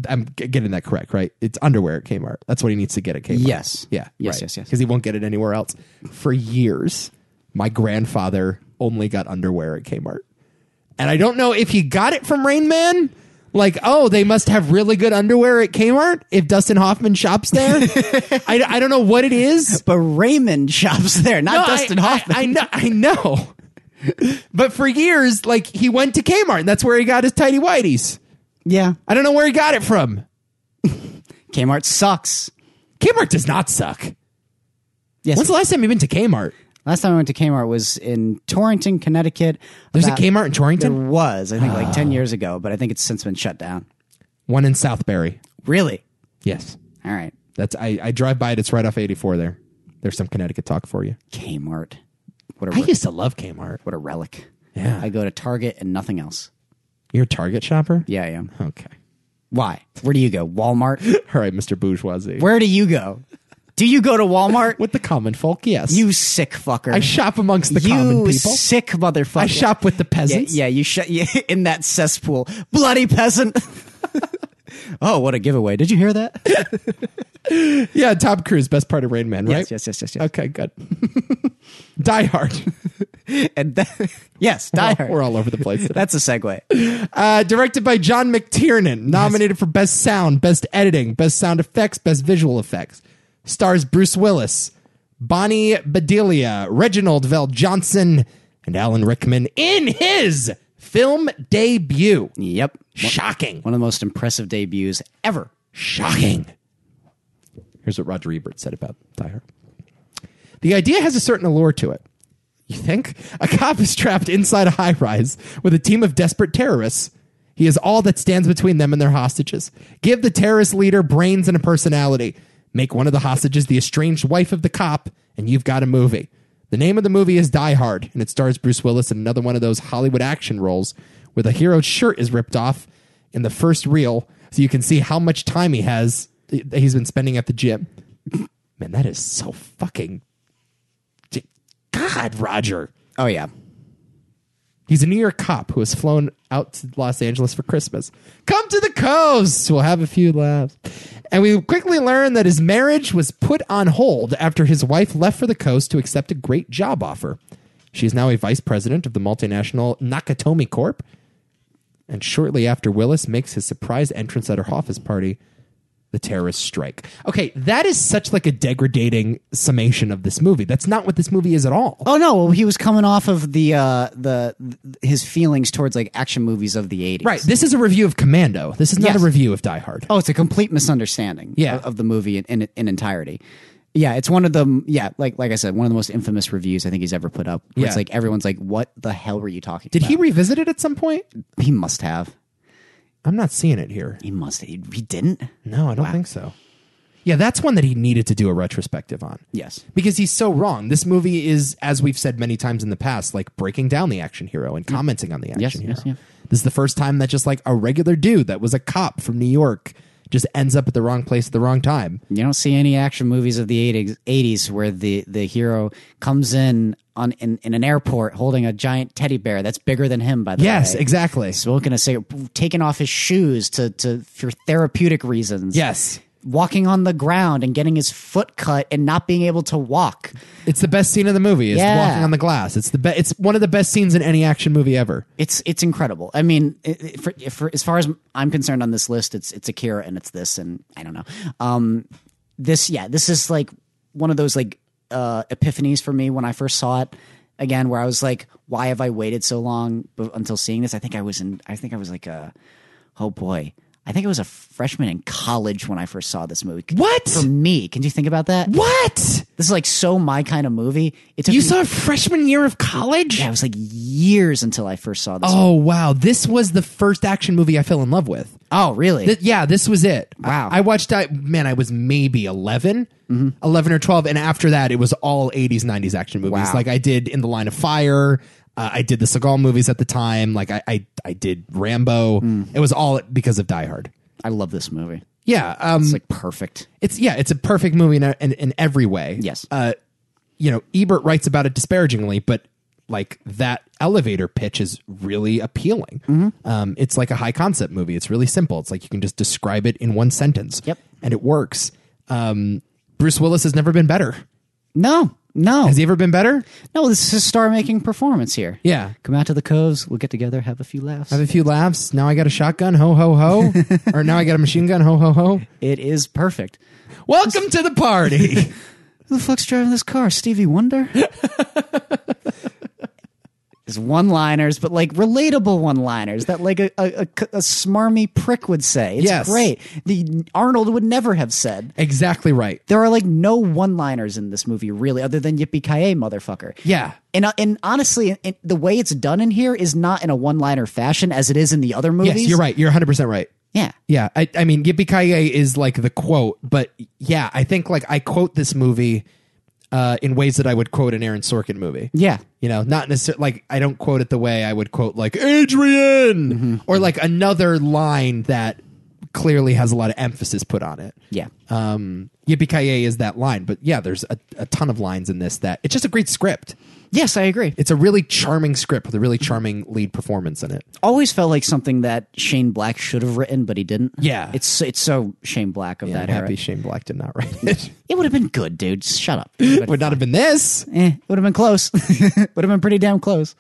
A: I'm g- getting that correct, right? It's underwear at Kmart. That's what he needs to get at Kmart.
B: Yes.
A: Yeah.
B: Yes, yes, yes.
A: Because he won't get it anywhere else. For years, my grandfather only got underwear at Kmart. And I don't know if he got it from Rain Man. Like, oh, they must have really good underwear at Kmart if Dustin Hoffman shops there. <laughs> I, I don't know what it is.
B: But Raymond <laughs> shops there, not
A: No, I-
B: Dustin
A: I-
B: Hoffman.
A: I, know. I know. But for years, like, he went to Kmart and that's where he got his tidy whities.
B: yeah.
A: I don't know where he got it from.
B: Kmart sucks.
A: Kmart does not suck.
B: Yes.
A: When's the last time you've been to Kmart?
B: Last time I went to Kmart was in Torrington, Connecticut.
A: There's
B: About-
A: a Kmart in
B: There
A: Torrington,
B: was, I think,
A: <sighs>
B: like 10 years ago, but I think it's since been shut down.
A: one in Southbury.
B: Really?
A: Yes,
B: All right.
A: that's I, I drive by it. It's right off 84. There, there's some Connecticut talk for you.
B: Kmart. What a,
A: I used to love Kmart.
B: what a relic.
A: Yeah.
B: I go to Target and nothing else.
A: You're a Target shopper.
B: Yeah, I am.
A: Okay.
B: Why? Where do you go? Walmart?
A: All right, Mr. Bourgeoisie.
B: Where do you go? Do you go to Walmart?
A: with the common folk? Yes.
B: You sick fucker.
A: I shop amongst the
B: you
A: common people.
B: sick motherfucker.
A: I shop with the
B: Yeah,
A: peasants.
B: yeah, you shut yeah, <laughs> in that cesspool. Bloody peasant. <laughs> oh, what a giveaway. Did you hear that? Yes,
A: yeah. yeah Tom Cruise, best part of Rain Man, right?
B: yes, yes, yes, yes.
A: Okay, good. <laughs> Die Hard.
B: And that, <laughs> yes, Die Hard.
A: We're all over the place today.
B: That's a segue.
A: Uh, directed by John McTiernan, nominated for Best Sound, Best Editing, Best Sound Effects, Best Visual Effects. Stars Bruce Willis, Bonnie Bedelia, Reginald Vell Johnson, and Alan Rickman in his film debut.
B: Yep.
A: Shocking.
B: One of the most impressive debuts ever.
A: Shocking. Here's what Roger Ebert said about Die Hard. The idea has a certain allure to it. You think? A cop is trapped inside a high rise with a team of desperate terrorists. He is all that stands between them and their hostages. Give the terrorist leader brains and a personality. Make one of the hostages the estranged wife of the cop, and you've got a movie. The name of the movie is Die Hard, and it stars Bruce Willis in another one of those Hollywood action roles where the hero's shirt is ripped off in the first reel so you can see how much time he has that he's been spending at the gym. Man, that is so fucking God, Roger.
B: Oh yeah.
A: He's a New York cop who has flown out to Los Angeles for Christmas. Come to the coast. We'll have a few laughs. And we quickly learn that his marriage was put on hold after his wife left for the coast to accept a great job offer. She is now a vice president of the multinational Nakatomi Corp. And shortly after Willis makes his surprise entrance at her office party, the terrorists strike. Okay, that is such like a degrading summation of this movie. That's not what this movie is at all.
B: Oh no, well, he was coming off of the uh the his feelings towards like action movies of the 80s.
A: Right. This is a review of Commando. This is not
B: Yes.
A: a review of Die Hard.
B: Oh, it's a complete misunderstanding
A: Yeah.
B: of, of the movie in, in in entirety. Yeah, it's one of the Um, yeah, like like I said, one of the most infamous reviews I think he's ever put up. where It's
A: Yeah.
B: like everyone's like, "What the hell were you talking
A: Did
B: about?"
A: he revisit it at some point?
B: he he must have.
A: I'm not seeing it here.
B: He must he, he didn't?
A: No, I don't think so. Yeah, that's one that he needed to do a retrospective on.
B: Yes.
A: Because he's so wrong. This movie is, as we've said many times in the past, like breaking down the action hero and commenting on the action
B: Mm. Yes,
A: hero.
B: yes, yeah.
A: This is the first time that just like a regular dude that was a cop from New York just ends up at the wrong place at the wrong time.
B: You don't see any action movies of the 80s, 80s where the, the hero comes in on in, in an airport holding a giant teddy bear that's bigger than him by the
A: Yes,
B: way.
A: exactly.
B: Smoking a cigarette, taking off his shoes to, to for therapeutic reasons.
A: Yes.
B: Walking on the ground and getting his foot cut and not being able to walk.
A: It's the best scene of the movie. Is
B: Yeah.
A: walking on the glass. It's the be- it's one of the best scenes in any action movie ever.
B: It's it's incredible. I mean, it, it- for, for, as far as I'm concerned on this list, it's it's Akira and it's this and I don't know. Um, this yeah, this is like one of those like uh, epiphanies for me when I first saw it again, where I was like, why have I waited so long b- until seeing this? I think I was in. I think I was like a oh boy. I think I was a freshman in college when I first saw this movie.
A: What?
B: for me? Can you think about that?
A: What?
B: This is like so my kind of movie. It took
A: You
B: me-
A: saw it freshman year of college?
B: Yeah, it was like years until I first saw this.
A: Oh wow, this was the first action movie I fell in love with.
B: oh really?
A: Th- yeah, this was it.
B: Wow.
A: I, I watched I man, I was maybe 11, 11 or 12 and after that it was all 80s 90s action movies.
B: Wow.
A: Like I did In the Line of Fire, uh, I did the Seagal movies at the time, like I I, I did Rambo. It was all because of Die Hard.
B: I love this movie.
A: Yeah, um
B: It's like perfect.
A: it's yeah, it's a perfect movie in, in in every way.
B: Yes.
A: Uh, you know, Ebert writes about it disparagingly, but like that elevator pitch is really appealing. Um, it's like a high concept movie. It's really simple. It's like you can just describe it in one sentence.
B: Yep.
A: and it works. Um, Bruce Willis has never been better.
B: No, no,
A: Has he ever been better?
B: no. This is a star-making performance here.
A: Yeah.
B: come out to the coves. We'll get together, have a few laughs.
A: Have a few laughs. Now I got a shotgun. Ho ho <laughs> ho. or now I got a machine gun. Ho ho ho.
B: it is perfect.
A: Welcome to the party.
B: Who the fuck's driving this car? Stevie Wonder. <laughs> It's one-liners, but like relatable one-liners that like a, a, a, a smarmy prick would say. It's
A: Yes.
B: great. The Arnold would never have said.
A: <laughs> exactly right.
B: There are like no one-liners in this movie, really, other than "Yippee ki motherfucker."
A: Yeah.
B: And, uh, and honestly, it, the way it's done in here is not in a one liner fashion as it is in the other movies.
A: Yes, you're right. You're 100 percent right.
B: Yeah.
A: Yeah, I, I mean, Yippee Ki is like the quote, but yeah, I think like I quote this movie uh, in ways that I would quote an Aaron Sorkin movie.
B: Yeah.
A: You know, not necessarily like I don't quote it the way I would quote like Adrian or like another line that clearly has a lot of emphasis put on it.
B: Yeah.
A: Um, Yippee Ki is that line, but yeah, there's a, a ton of lines in this that it's just a great script.
B: yes, I agree. It
A: It's a really charming script with a really charming lead performance in it.
B: always felt like something that Shane Black should have written, but he didn't.
A: Yeah.
B: It's so- it's so Shane Black of
A: I'm
B: that era.
A: happy Shane Black did not write it.
B: It would have been good, dude. Shut <laughs> up. It would've been-
A: would not have been this.
B: eh, it would have been close. <laughs> would have been pretty damn close.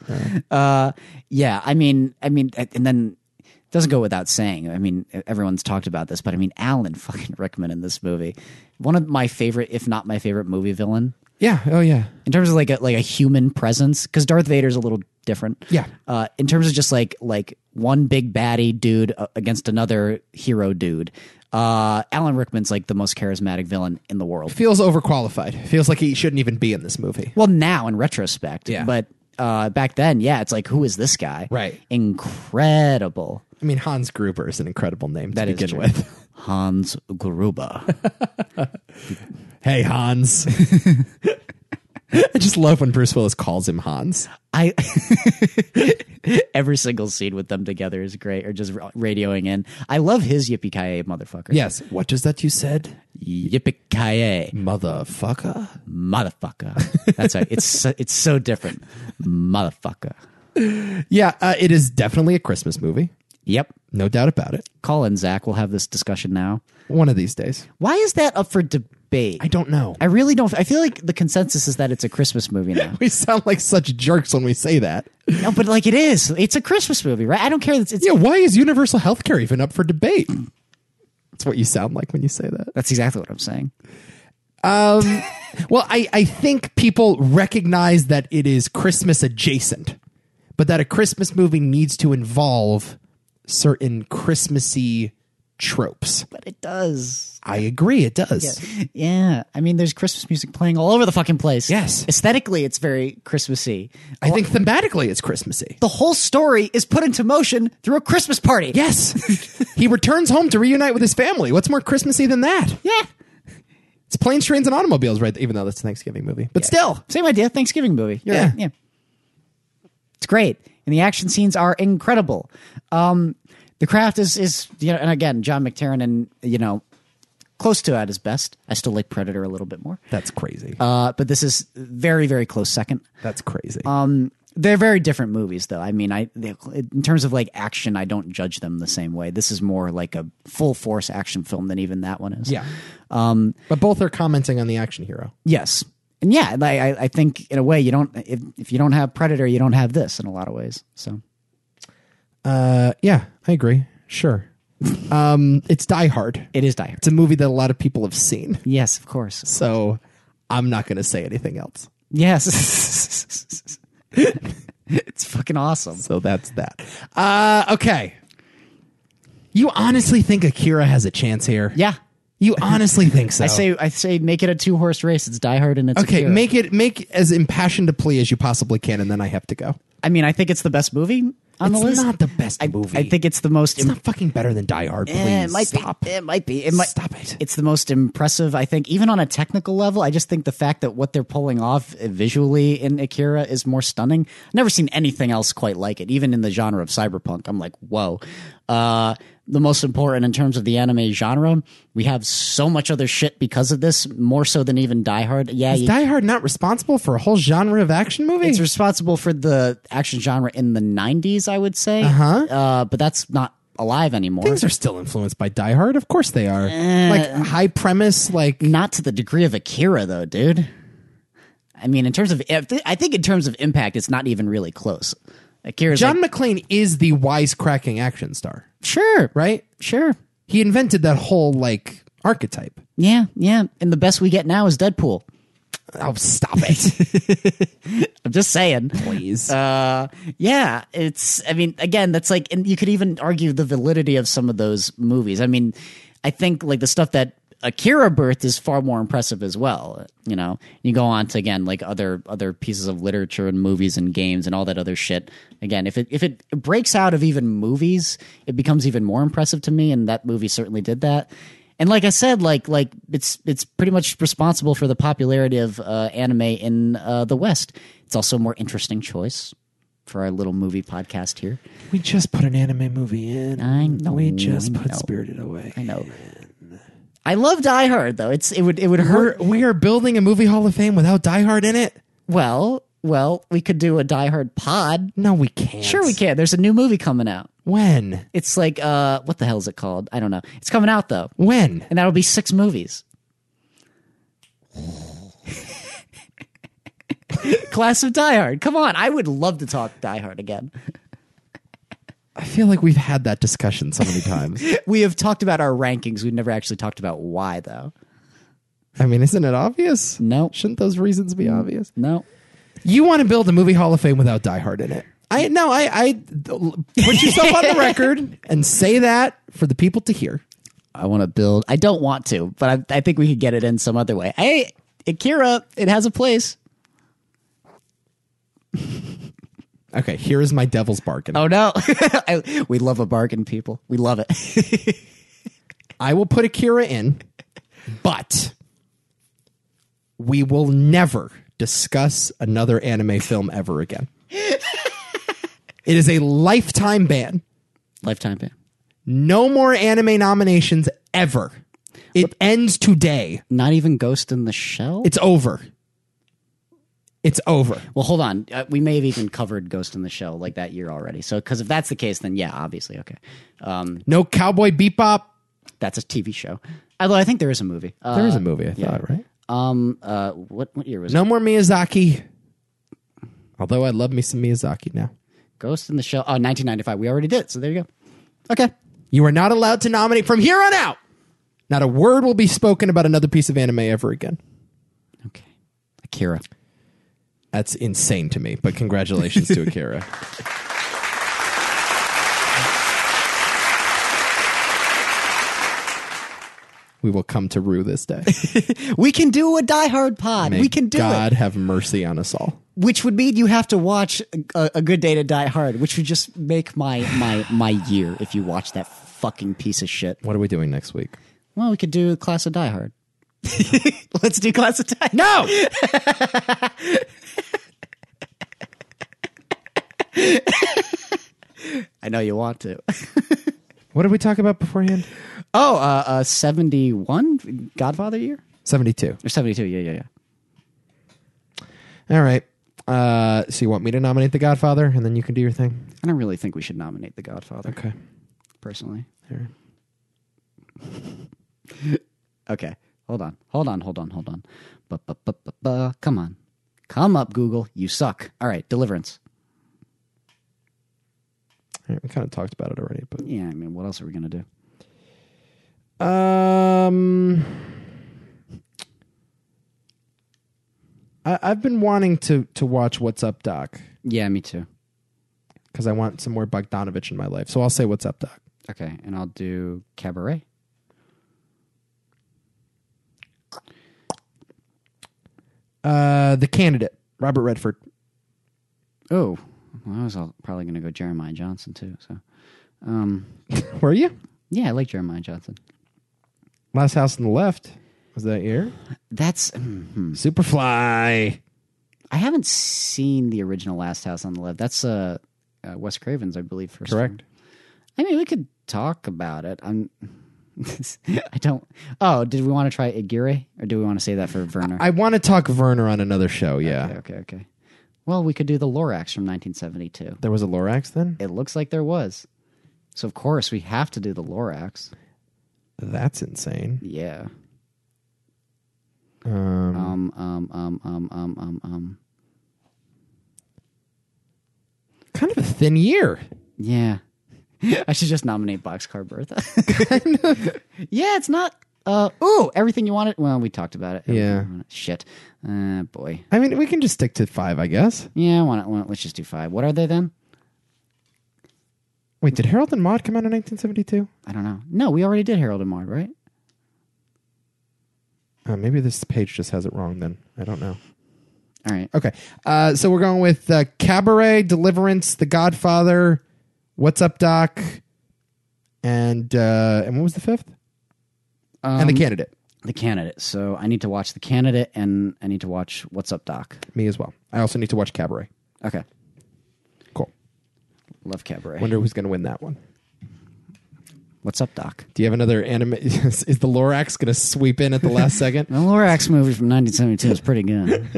B: Uh, yeah, I mean, I mean, and then it doesn't go without saying. I mean, e, everyone's talked about this, but I mean, Alan fucking Rickman in this movie, one of my favorite, if not my favorite, movie villain.
A: Yeah. Oh yeah.
B: in terms of like a, like a human presence because Darth Vader's a little different.
A: Yeah.
B: Uh, in terms of just like like one big baddie dude uh, against another hero dude. Uh, Alan Rickman's like the most charismatic villain in the world.
A: Feels overqualified. Feels like he shouldn't even be in this movie.
B: Well, now in retrospect,
A: Yeah.
B: But uh, back then, yeah, it's like who is this guy?
A: Right.
B: Incredible.
A: I mean, Hans Gruber is an incredible name to
B: That is
A: begin
B: true.
A: with.
B: <laughs> Hans Gruber.
A: Hey, Hans. <laughs> I just love when Bruce Willis calls him Hans.
B: I <laughs> every single scene with them together is great, or just ra- radioing in. I love his yippee ki motherfucker.
A: Yes. What is that you said?
B: yippee ki
A: Motherfucker.
B: motherfucker. That's right. It's so, it's so different, motherfucker.
A: Yeah, uh, it is definitely a Christmas movie.
B: Yep.
A: No doubt about it.
B: Colin, Zach, we'll have this discussion now.
A: One of these days.
B: Why is that up for debate?
A: I <laughs> don't know.
B: I really don't. I feel like the consensus is that it's a Christmas movie now.
A: we sound like such jerks when we say that.
B: <laughs> no, but like it is. It's a Christmas movie, right? I don't care. It's, it's
A: Yeah, why is universal health care even up for debate? That's what you sound like when you say that.
B: that's exactly what I'm saying.
A: Well, I, I think people recognize that it is Christmas adjacent, but that a Christmas movie needs to involve certain Christmassy tropes.
B: But it does.
A: I agree, it does.
B: Yeah, I mean, there's Christmas music playing all over the fucking place.
A: Yes.
B: aesthetically, it's very Christmassy.
A: I think thematically it's Christmassy.
B: The whole story is put into motion through a Christmas party.
A: Yes. he returns home to reunite with his family. What's more Christmassy than that?
B: yeah,
A: It's planes, trains, and automobiles, right? Even though that's a Thanksgiving movie. But still,
B: same idea. Thanksgiving movie. You're
A: Yeah.
B: right. yeah, it's great, and the action scenes are incredible. Um, the craft is is you know, and again, John McTiernan, you know, close to at his best. I still like Predator a little bit more,
A: that's crazy.
B: uh, but this is very very close second.
A: that's crazy.
B: um, they're very different movies though i mean i they, in terms of like action i don't judge them the same way this is more like a full force action film than even that one is
A: yeah. Um, but both are commenting on the action hero.
B: yes and yeah like, I, I think in a way you don't if, if you don't have predator you don't have this in a lot of ways so
A: Uh, yeah, I agree. Sure. um, it's Die Hard.
B: it is die hard
A: It's a movie that a lot of people have seen. <laughs>
B: yes of course
A: So I'm not going to say anything else.
B: yes <laughs> it's fucking awesome
A: So that's that. Uh, okay. You honestly think Akira has a chance here?
B: yeah <laughs>
A: You honestly think so?
B: i say i say make it a two-horse race it's die hard and it's
A: Oh. Okay,
B: Akira.
A: make it make as impassioned a plea as you possibly can, and then I have to go.
B: i mean i think it's the best movie on
A: it's
B: the list
A: not the best
B: I,
A: movie.
B: I think it's the most
A: it's not fucking better than Die Hard. Please
B: Eh, it might
A: stop.
B: be. It might be. It might
A: Stop it.
B: It's the most impressive, I think, even on a technical level. I just think the fact that what they're pulling off eh, visually in Akira is more stunning. I've never seen anything else quite like it, even in the genre of cyberpunk. I'm like, whoa. Uh, the most important in terms of the anime genre, we have so much other shit because of this, more so than even Die Hard. Yeah,
A: Is
B: you-
A: Die Hard not responsible for a whole genre of action movies?
B: it's responsible for the action genre in the 90s, I would say. Uh-huh. but that's not alive anymore.
A: Things are still influenced by Die Hard. Of course they are. like
B: Uh.
A: high premise, like
B: not to the degree of Akira though, dude. I mean, in terms of, I think in terms of impact, it's not even really close. Akira's
A: John
B: like,
A: McClane is the wisecracking action star,
B: sure,
A: right?
B: sure,
A: He invented that whole like archetype.
B: yeah, yeah. And the best we get now is Deadpool.
A: Oh, stop it, <laughs>
B: I'm just saying.
A: please.
B: Uh, yeah, it's. I mean, again, that's like, and you could even argue the validity of some of those movies. I mean, I think like the stuff that Akira birthed is far more impressive as well. You know, you go on to again like other other pieces of literature and movies and games and all that other shit. Again, if it if it breaks out of even movies, it becomes even more impressive to me. And that movie certainly did that. And like I said, like like it's it's pretty much responsible for the popularity of uh, anime in uh, the West. It's also a more interesting choice for our little movie podcast here.
A: we just put an anime movie in.
B: I know,
A: we just
B: I
A: put
B: know.
A: Spirited Away.
B: I know. I love Die Hard though. It's it would it would
A: We're,
B: hurt.
A: we are building a movie Hall of Fame without Die Hard in it.
B: Well, well, we could do a Die Hard pod.
A: No, we can't.
B: Sure, we can. There's a new movie coming out.
A: When?
B: It's like uh, what the hell is it called? I don't know. It's coming out though,
A: When?
B: and that'll be six movies. <laughs> Class of Die Hard. Come on, I would love to talk Die Hard again.
A: I feel like we've had that discussion so many
B: <laughs>
A: times.
B: We have talked about our rankings. We've never actually talked about why though.
A: I mean, isn't it obvious?
B: No. Mm.
A: Shouldn't those reasons be obvious?
B: No.
A: You want to build a movie Hall of Fame without Die Hard in it. I no,
B: <laughs>
A: I I put yourself on the record and say that for the people to hear.
B: I want to build. I don't want to, but I, I think we could get it in some other way. Hey, Akira, it has a place.
A: Okay, here is my devil's bargain.
B: Oh no, <laughs> I, we love a bargain, people. We love it.
A: I will put Akira in, but we will never discuss another anime film ever again. it is a lifetime ban.
B: <laughs> Lifetime ban.
A: No more anime nominations ever. It ends today.
B: Not even Ghost in the Shell.
A: It's over. It's over.
B: well, hold on. Uh, we may have even covered Ghost in the Shell like that year already. So, because if that's the case, then yeah, obviously, okay. Um,
A: No Cowboy Bebop.
B: that's a TV show. Although I think there is a movie. Uh,
A: There is a movie, I thought, right?
B: Um, uh, what what year was it?
A: No more Miyazaki. Although I love me some Miyazaki now.
B: Ghost in the Shell? Oh, 1995. We already did. it, So there you go. Okay.
A: You are not allowed to nominate from here on out. Not a word will be spoken about another piece of anime ever again.
B: Okay. Akira.
A: That's insane to me, but congratulations <laughs> to Akira. We will come to rue this <laughs> day.
B: We can do a Die Hard pod.
A: May
B: we can do
A: God
B: it.
A: have mercy on us all.
B: Which would mean you have to watch a, a Good Day to Die Hard, which would just make my my my year if you watch that fucking piece of shit.
A: What are we doing next week?
B: Well, we could do Class of Die Hard. <laughs> Let's do Class of Die.
A: No!
B: I know you want to.
A: What did we talk about beforehand?
B: Oh, uh, uh, 71 Godfather year?
A: 72.
B: Or 72, yeah, yeah, yeah.
A: All right. Uh, so you want me to nominate The Godfather and then you can do your thing?
B: I don't really think we should nominate The Godfather,
A: Okay.
B: personally.
A: All right.
B: <laughs> Okay, hold on, hold on, hold on, hold on. Ba-ba-ba-ba-ba. Come on. Come up, Google. You suck. All right, Deliverance.
A: All right. We kind of talked about it already, but
B: Yeah, I mean, what else are we going to do?
A: Um, I, I've been wanting to to watch What's Up Doc
B: Yeah, me too.
A: because I want some more Bogdanovich in my life. So I'll say What's Up Doc.
B: Okay, and I'll do Cabaret.
A: Uh, the candidate, Robert Redford.
B: Oh, well, I was all, probably going to go Jeremiah Johnson, too, so.
A: Were you
B: Yeah, I like Jeremiah Johnson.
A: Last House on the Left? Was that year?
B: That's. mhm.
A: Superfly.
B: I haven't seen the original Last House on the Left. That's uh, uh Wes Craven's, I believe. First,
A: Correct.
B: film. I mean, we could talk about it. I'm. <laughs> I don't. Oh, did we want to try Aguirre, or do we want to say that for Werner?
A: I want to talk Werner on another show. Yeah,
B: okay, okay, okay. Well, we could do the Lorax from 1972.
A: there was a Lorax then.
B: It looks like there was. So of course we have to do the Lorax.
A: That's insane.
B: Yeah.
A: Um,
B: Um. Um. Um. Um. Um. Um. um.
A: kind of a thin year.
B: <laughs> Yeah. I should just nominate Boxcar <laughs> Bertha. Yeah, it's not. Uh, ooh, everything you wanted. Well, we talked about it. Everything
A: Yeah.
B: You Wanted. Shit. Uh, boy.
A: I mean, we can just stick to five, I guess.
B: Yeah, why not, why not- let's just do five. What are they then?
A: Wait, did Harold and Maude come out in 1972?
B: I don't know. No, we already did Harold and Maude, right?
A: Uh, maybe this page just has it wrong then. I don't know.
B: All right.
A: Okay. Uh, so we're going with uh, Cabaret, Deliverance, The Godfather, What's Up, Doc, and uh, and what was the fifth? and
B: Um,
A: The Candidate.
B: The candidate. So I need to watch the candidate, and I need to watch What's Up, Doc.
A: Me as well. I also need to watch Cabaret.
B: Okay.
A: Cool.
B: Love Cabaret.
A: Wonder who's going to win that one.
B: What's Up, Doc?
A: Do you have another anime? <laughs> Is the Lorax going to sweep in at the
B: <laughs>
A: last second?
B: The Lorax movie from 1972 is pretty good.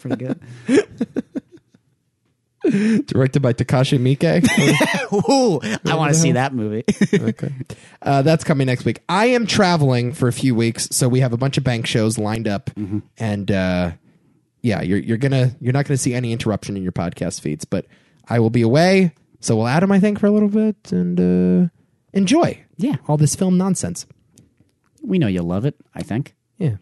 B: pretty good.
A: Directed by Takashi Miike.
B: Ooh, I want to <laughs> see that movie.
A: okay. Uh, that's coming next week. I am traveling for a few weeks, so we have a bunch of bank shows lined up,
B: Mm-hmm.
A: and uh, yeah, you're you're gonna you're not gonna see any interruption in your podcast feeds, but I will be away, so we'll add them I think for a little bit and uh, enjoy.
B: Yeah.
A: all this film nonsense.
B: we know you'll love it, I think.
A: Yeah,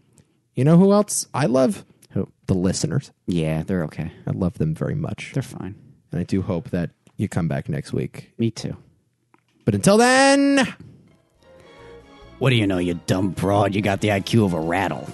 A: you know who else I love?
B: Who?
A: The listeners.
B: Yeah, they're okay.
A: I love them very much,
B: They're fine.
A: and I do hope that you come back next week.
B: Me too.
A: But until then,
B: What do you know, you dumb broad? You got the IQ of a rattle.